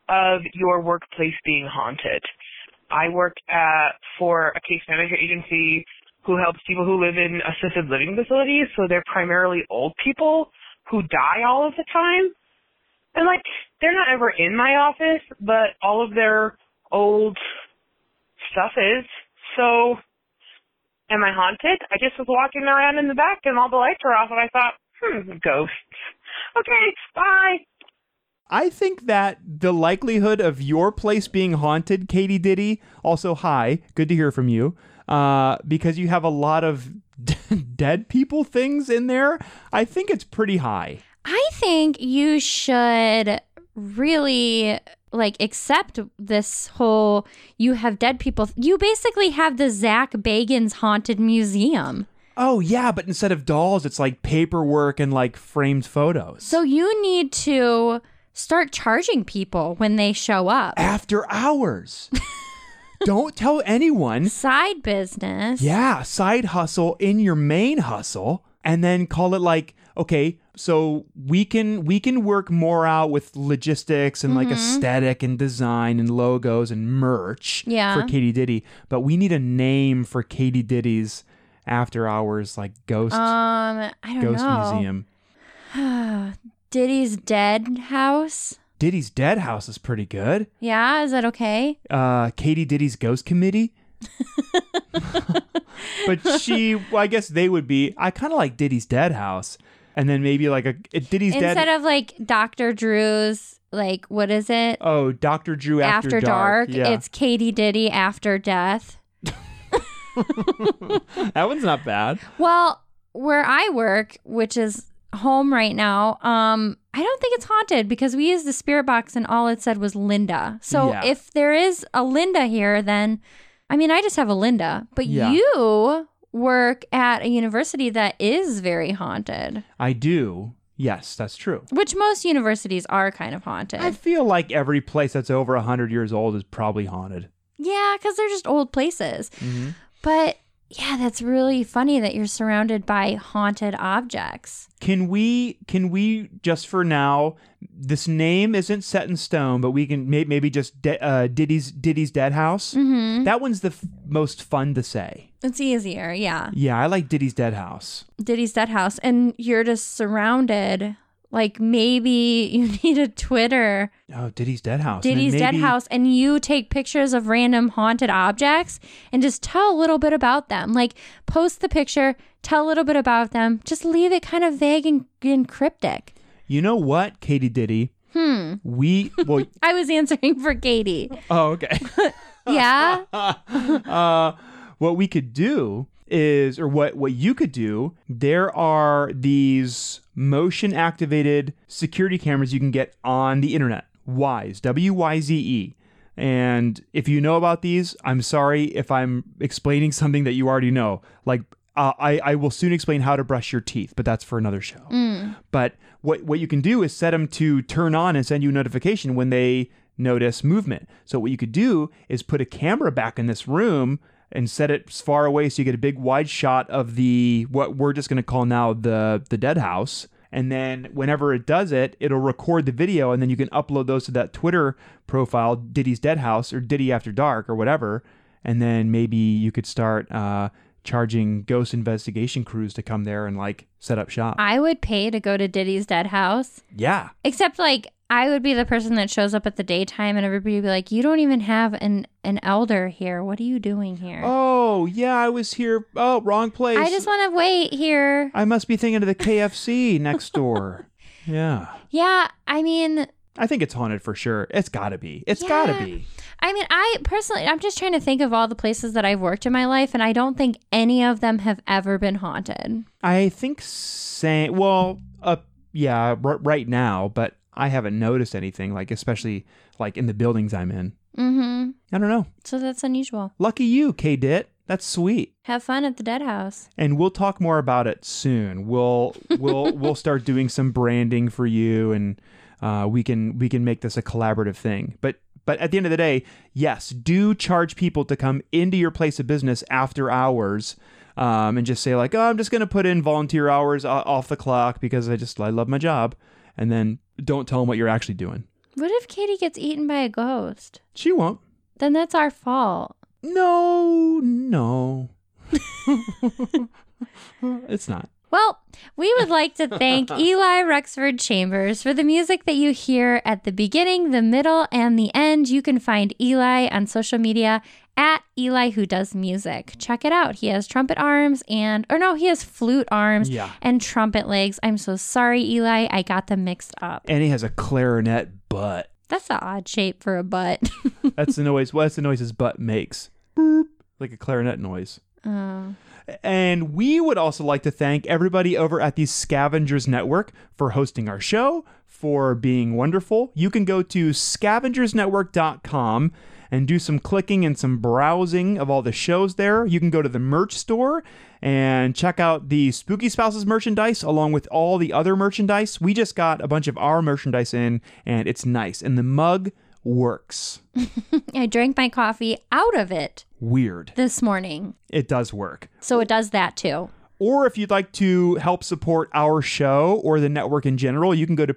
of your workplace being haunted. I work at, for a case management agency who helps people who live in assisted living facilities, so they're primarily old people who die all of the time. And like, they're not ever in my office, but all of their old stuff is. So, am I haunted? I just was walking around in the back and all the lights were off and I thought, hmm, ghosts. Okay, bye.
I think that the likelihood of your place being haunted, Katie Diddy, also hi, good to hear from you, uh, because you have a lot of dead people things in there. I think it's pretty high.
I think you should really like accept this whole you have dead people. You basically have the Zach Bagans haunted museum.
Oh yeah, but instead of dolls, it's like paperwork and like framed photos.
So you need to start charging people when they show up.
after hours. Don't tell anyone.
Side business.
Yeah, side hustle in your main hustle and then call it like, okay, so we can we can work more out with logistics and
Mm-hmm.
like aesthetic and design and logos and merch
Yeah.
for Katie Diddy, but we need a name for Katie Diddy's after hours like ghost
Um, I don't
ghost
know.
museum.
Diddy's dead house.
Diddy's Dead House is pretty good.
Yeah, is that okay?
uh, Katie Diddy's Ghost Committee. but she, well, I guess they would be. I kind of like Diddy's Dead House, and then maybe like a if Diddy's
Instead
Dead.
of like Dr. Drew's, like what is it?
oh, Doctor Drew after, dark. Yeah,
It's Katie Diddy after death.
that one's not bad.
Well, where I work, which is home right now, um, I don't think it's haunted because we used the spirit box and all it said was Linda. So
Yeah.
if there is a Linda here, then I mean, I just have a Linda, but
Yeah.
you work at a university that is very haunted,
I do. Yes, that's true.
which most universities are kind of haunted.
I feel like every place that's over hundred years old is probably haunted.
Yeah, because they're just old places.
Mm-hmm.
But yeah, that's really funny that you're surrounded by haunted objects.
Can we? Can we just for now? This name isn't set in stone, but we can may- maybe just de- uh, Diddy's Diddy's Dead House.
Mm-hmm.
That one's the f- most fun to say.
It's easier, yeah.
Yeah, I like Diddy's Dead House.
Diddy's Dead House, and you're just surrounded Like maybe you need a Twitter
Oh, Diddy's Dead House. and then
Diddy's Dead
maybe-
House and you take pictures of random haunted objects and just tell a little bit about them. Like post the picture, tell a little bit about them, just leave it kind of vague and, and cryptic.
You know what, Katie Diddy? Hmm. We well.
I was answering for Katie.
oh, okay.
Yeah.
uh, what we could do is, or what what you could do, there are these motion activated security cameras you can get on the internet. Wise, W Y Z E. And if you know about these, I'm sorry if I'm explaining something that you already know. Like uh, I I will soon explain how to brush your teeth, but that's for another show. But what what you can do is set them to turn on and send you a notification when they notice movement. So what you could do is put a camera back in this room and set it as far away so you get a big wide shot of the what we're just going to call now the the dead house. And then whenever it does it, it'll record the video and then you can upload those to that Twitter profile, Diddy's Dead House or Diddy After Dark or whatever. And then maybe you could start uh, charging ghost investigation crews to come there and like set up shop.
I would pay to go to Diddy's Dead House.
yeah.
Except like I would be the person that shows up at the daytime and everybody would be like, You don't even have an an elder here. What are you doing here?
Oh, yeah, I was here. Oh, wrong place.
I just want to wait here.
I must be thinking of the KFC next door. Yeah.
Yeah, I mean,
I think it's haunted for sure. It's got to be. It's got to
Yeah.
be.
I mean, I personally, I'm just trying to think of all the places that I've worked in my life, and I don't think any of them have ever been haunted.
I think saying, well, uh, yeah, r- right now, but I haven't noticed anything, like, especially like in the buildings I'm in.
Mm-hmm.
I don't know.
So that's unusual.
Lucky you, K Dit. That's sweet.
Have fun at the dead house.
and we'll talk more about it soon. We'll we'll we'll start doing some branding for you, and uh, we can we can make this a collaborative thing. But but at the end of the day, yes, do charge people to come into your place of business after hours, um, and just say like, oh, I'm just gonna put in volunteer hours o- off the clock because I just I love my job, and then don't tell them what you're actually doing.
What if Katie gets eaten by a ghost?
She won't.
Then that's our fault.
No, no. it's not.
Well, we would like to thank Eli Rexford Chambers for the music that you hear at the beginning, the middle, and the end. You can find Eli on social media at Eli Who Does Music. Check it out. He has trumpet arms and, or no, he has flute arms
Yeah.
and trumpet legs. I'm so sorry, Eli. I got them mixed up.
And he has a clarinet butt.
That's an odd shape for a butt.
That's the noise. Well, that's the noise his butt makes. Boop. Like a clarinet noise.
oh.
And we would also like to thank everybody over at the Scavengers Network for hosting our show, for being wonderful. You can go to scavengersnetwork.com and do some clicking and some browsing of all the shows there. You can go to the merch store and check out the Spooky Spouses merchandise along with all the other merchandise. We just got a bunch of our merchandise in, and it's nice. And the mug works.
I drank my coffee out of it
Weird.
this morning.
it does work.
So it does that too.
Or if you'd like to help support our show or the network in general, you can go to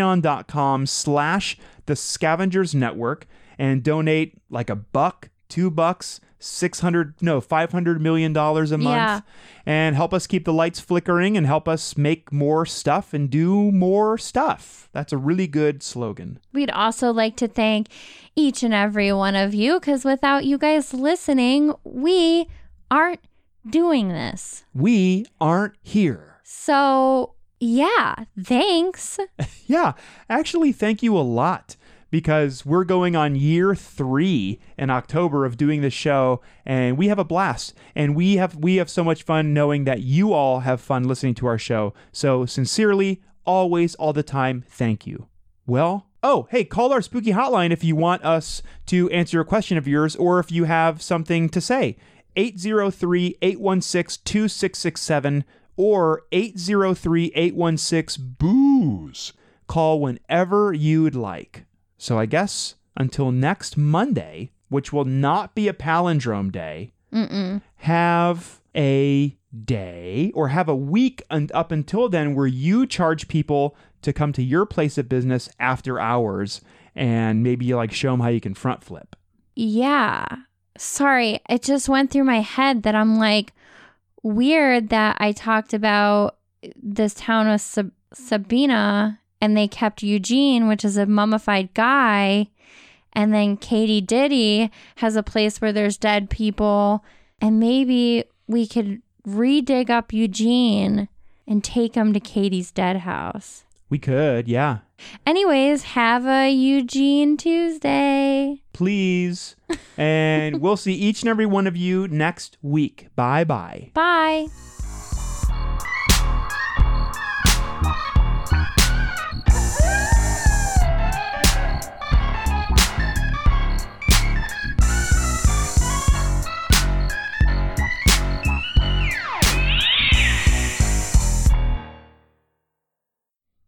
patreon.com slash the scavengers network and donate like a buck, two bucks, six hundred no, five hundred million dollars a month
Yeah.
and help us keep the lights flickering and help us make more stuff and do more stuff. That's a really good slogan.
We'd also like to thank each and every one of you because without you guys listening, we aren't doing this.
We aren't here.
So, yeah, thanks.
Yeah, actually, thank you a lot because we're going on year three in October of doing this show, and we have a blast, and we have we have so much fun knowing that you all have fun listening to our show. So sincerely, always, all the time, thank you. Well. Oh, hey, call our spooky hotline if you want us to answer a question of yours or if you have something to say. 803 816 2667 or 803 816 Booze. Call whenever you'd like. So I guess until next Monday, which will not be a palindrome day,
Mm-mm.
have a day or have a week and up until then where you charge people to come to your place of business after hours and maybe you like show them how you can front flip.
Yeah. Sorry, it just went through my head that I'm like, weird that I talked about this town of sub- Sabina and they kept Eugene, which is a mummified guy. And then Katie Diddy has a place where there's dead people. And maybe we could redig up Eugene and take him to Katie's dead house.
We could, yeah.
Anyways, have a Eugene Tuesday.
Please. And we'll see each and every one of you next week. Bye bye.
Bye.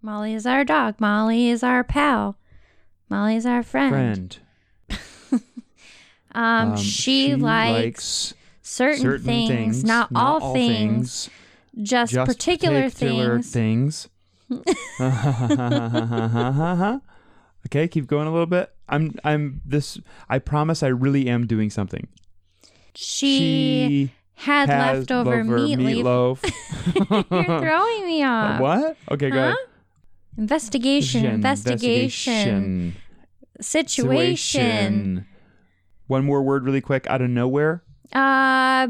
Molly is our dog. Molly is our pal. Molly is our friend.
Friend.
Um,
Um,
she, likes certain, things, not, all, things, just,
just
particular,
particular
things.
things. okay, keep going a little bit. I'm I'm this I promise I really am doing something.
She, had
has
leftover
lover
meatloaf. You're throwing me off.
what? Okay, go ahead.
Huh? Investigation, investigation,
Investigation.
Situation.
One more word really quick out of nowhere.
Uh,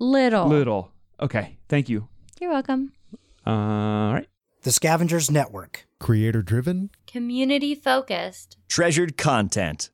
little.
Little. Okay. Thank you.
You're welcome.
all right.
The Scavengers Network.
Creator driven?
Community focused.
Treasured content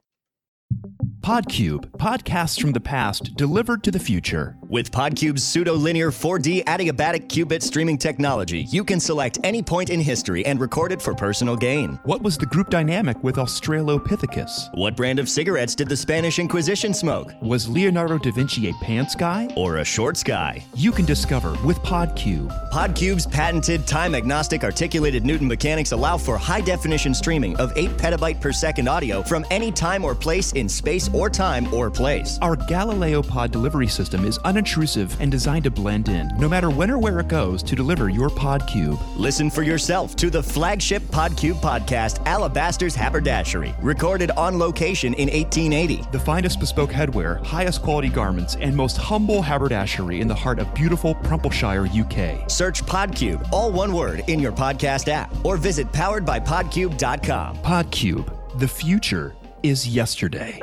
Podcube, podcasts from the past delivered to the future.
with Podcube's pseudo-linear 4D adiabatic qubit streaming technology. You can select any point in history and record it for personal gain.
What was the group dynamic with Australopithecus?
What brand of cigarettes did the Spanish Inquisition smoke?
Was Leonardo da Vinci a pants guy?
Or a shorts guy?
You can discover with Podcube.
Podcube's patented time agnostic articulated Newton mechanics allow for high definition streaming of 8 petabyte per second audio from any time or place in space or time or place.
Our Galileo pod delivery system is unintrusive and designed to blend in, no matter when or where it goes, to deliver your Podcube.
Listen for yourself to the flagship Podcube podcast, Alabaster's Haberdashery, recorded on location in 1880.
The finest bespoke headwear, highest quality garments, and most humble haberdashery in the heart of beautiful Prumpleshire, UK.
Search Podcube, all one word, in your podcast app or visit poweredbypodcube.com.
Podcube, the future is yesterday.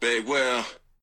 Big Will.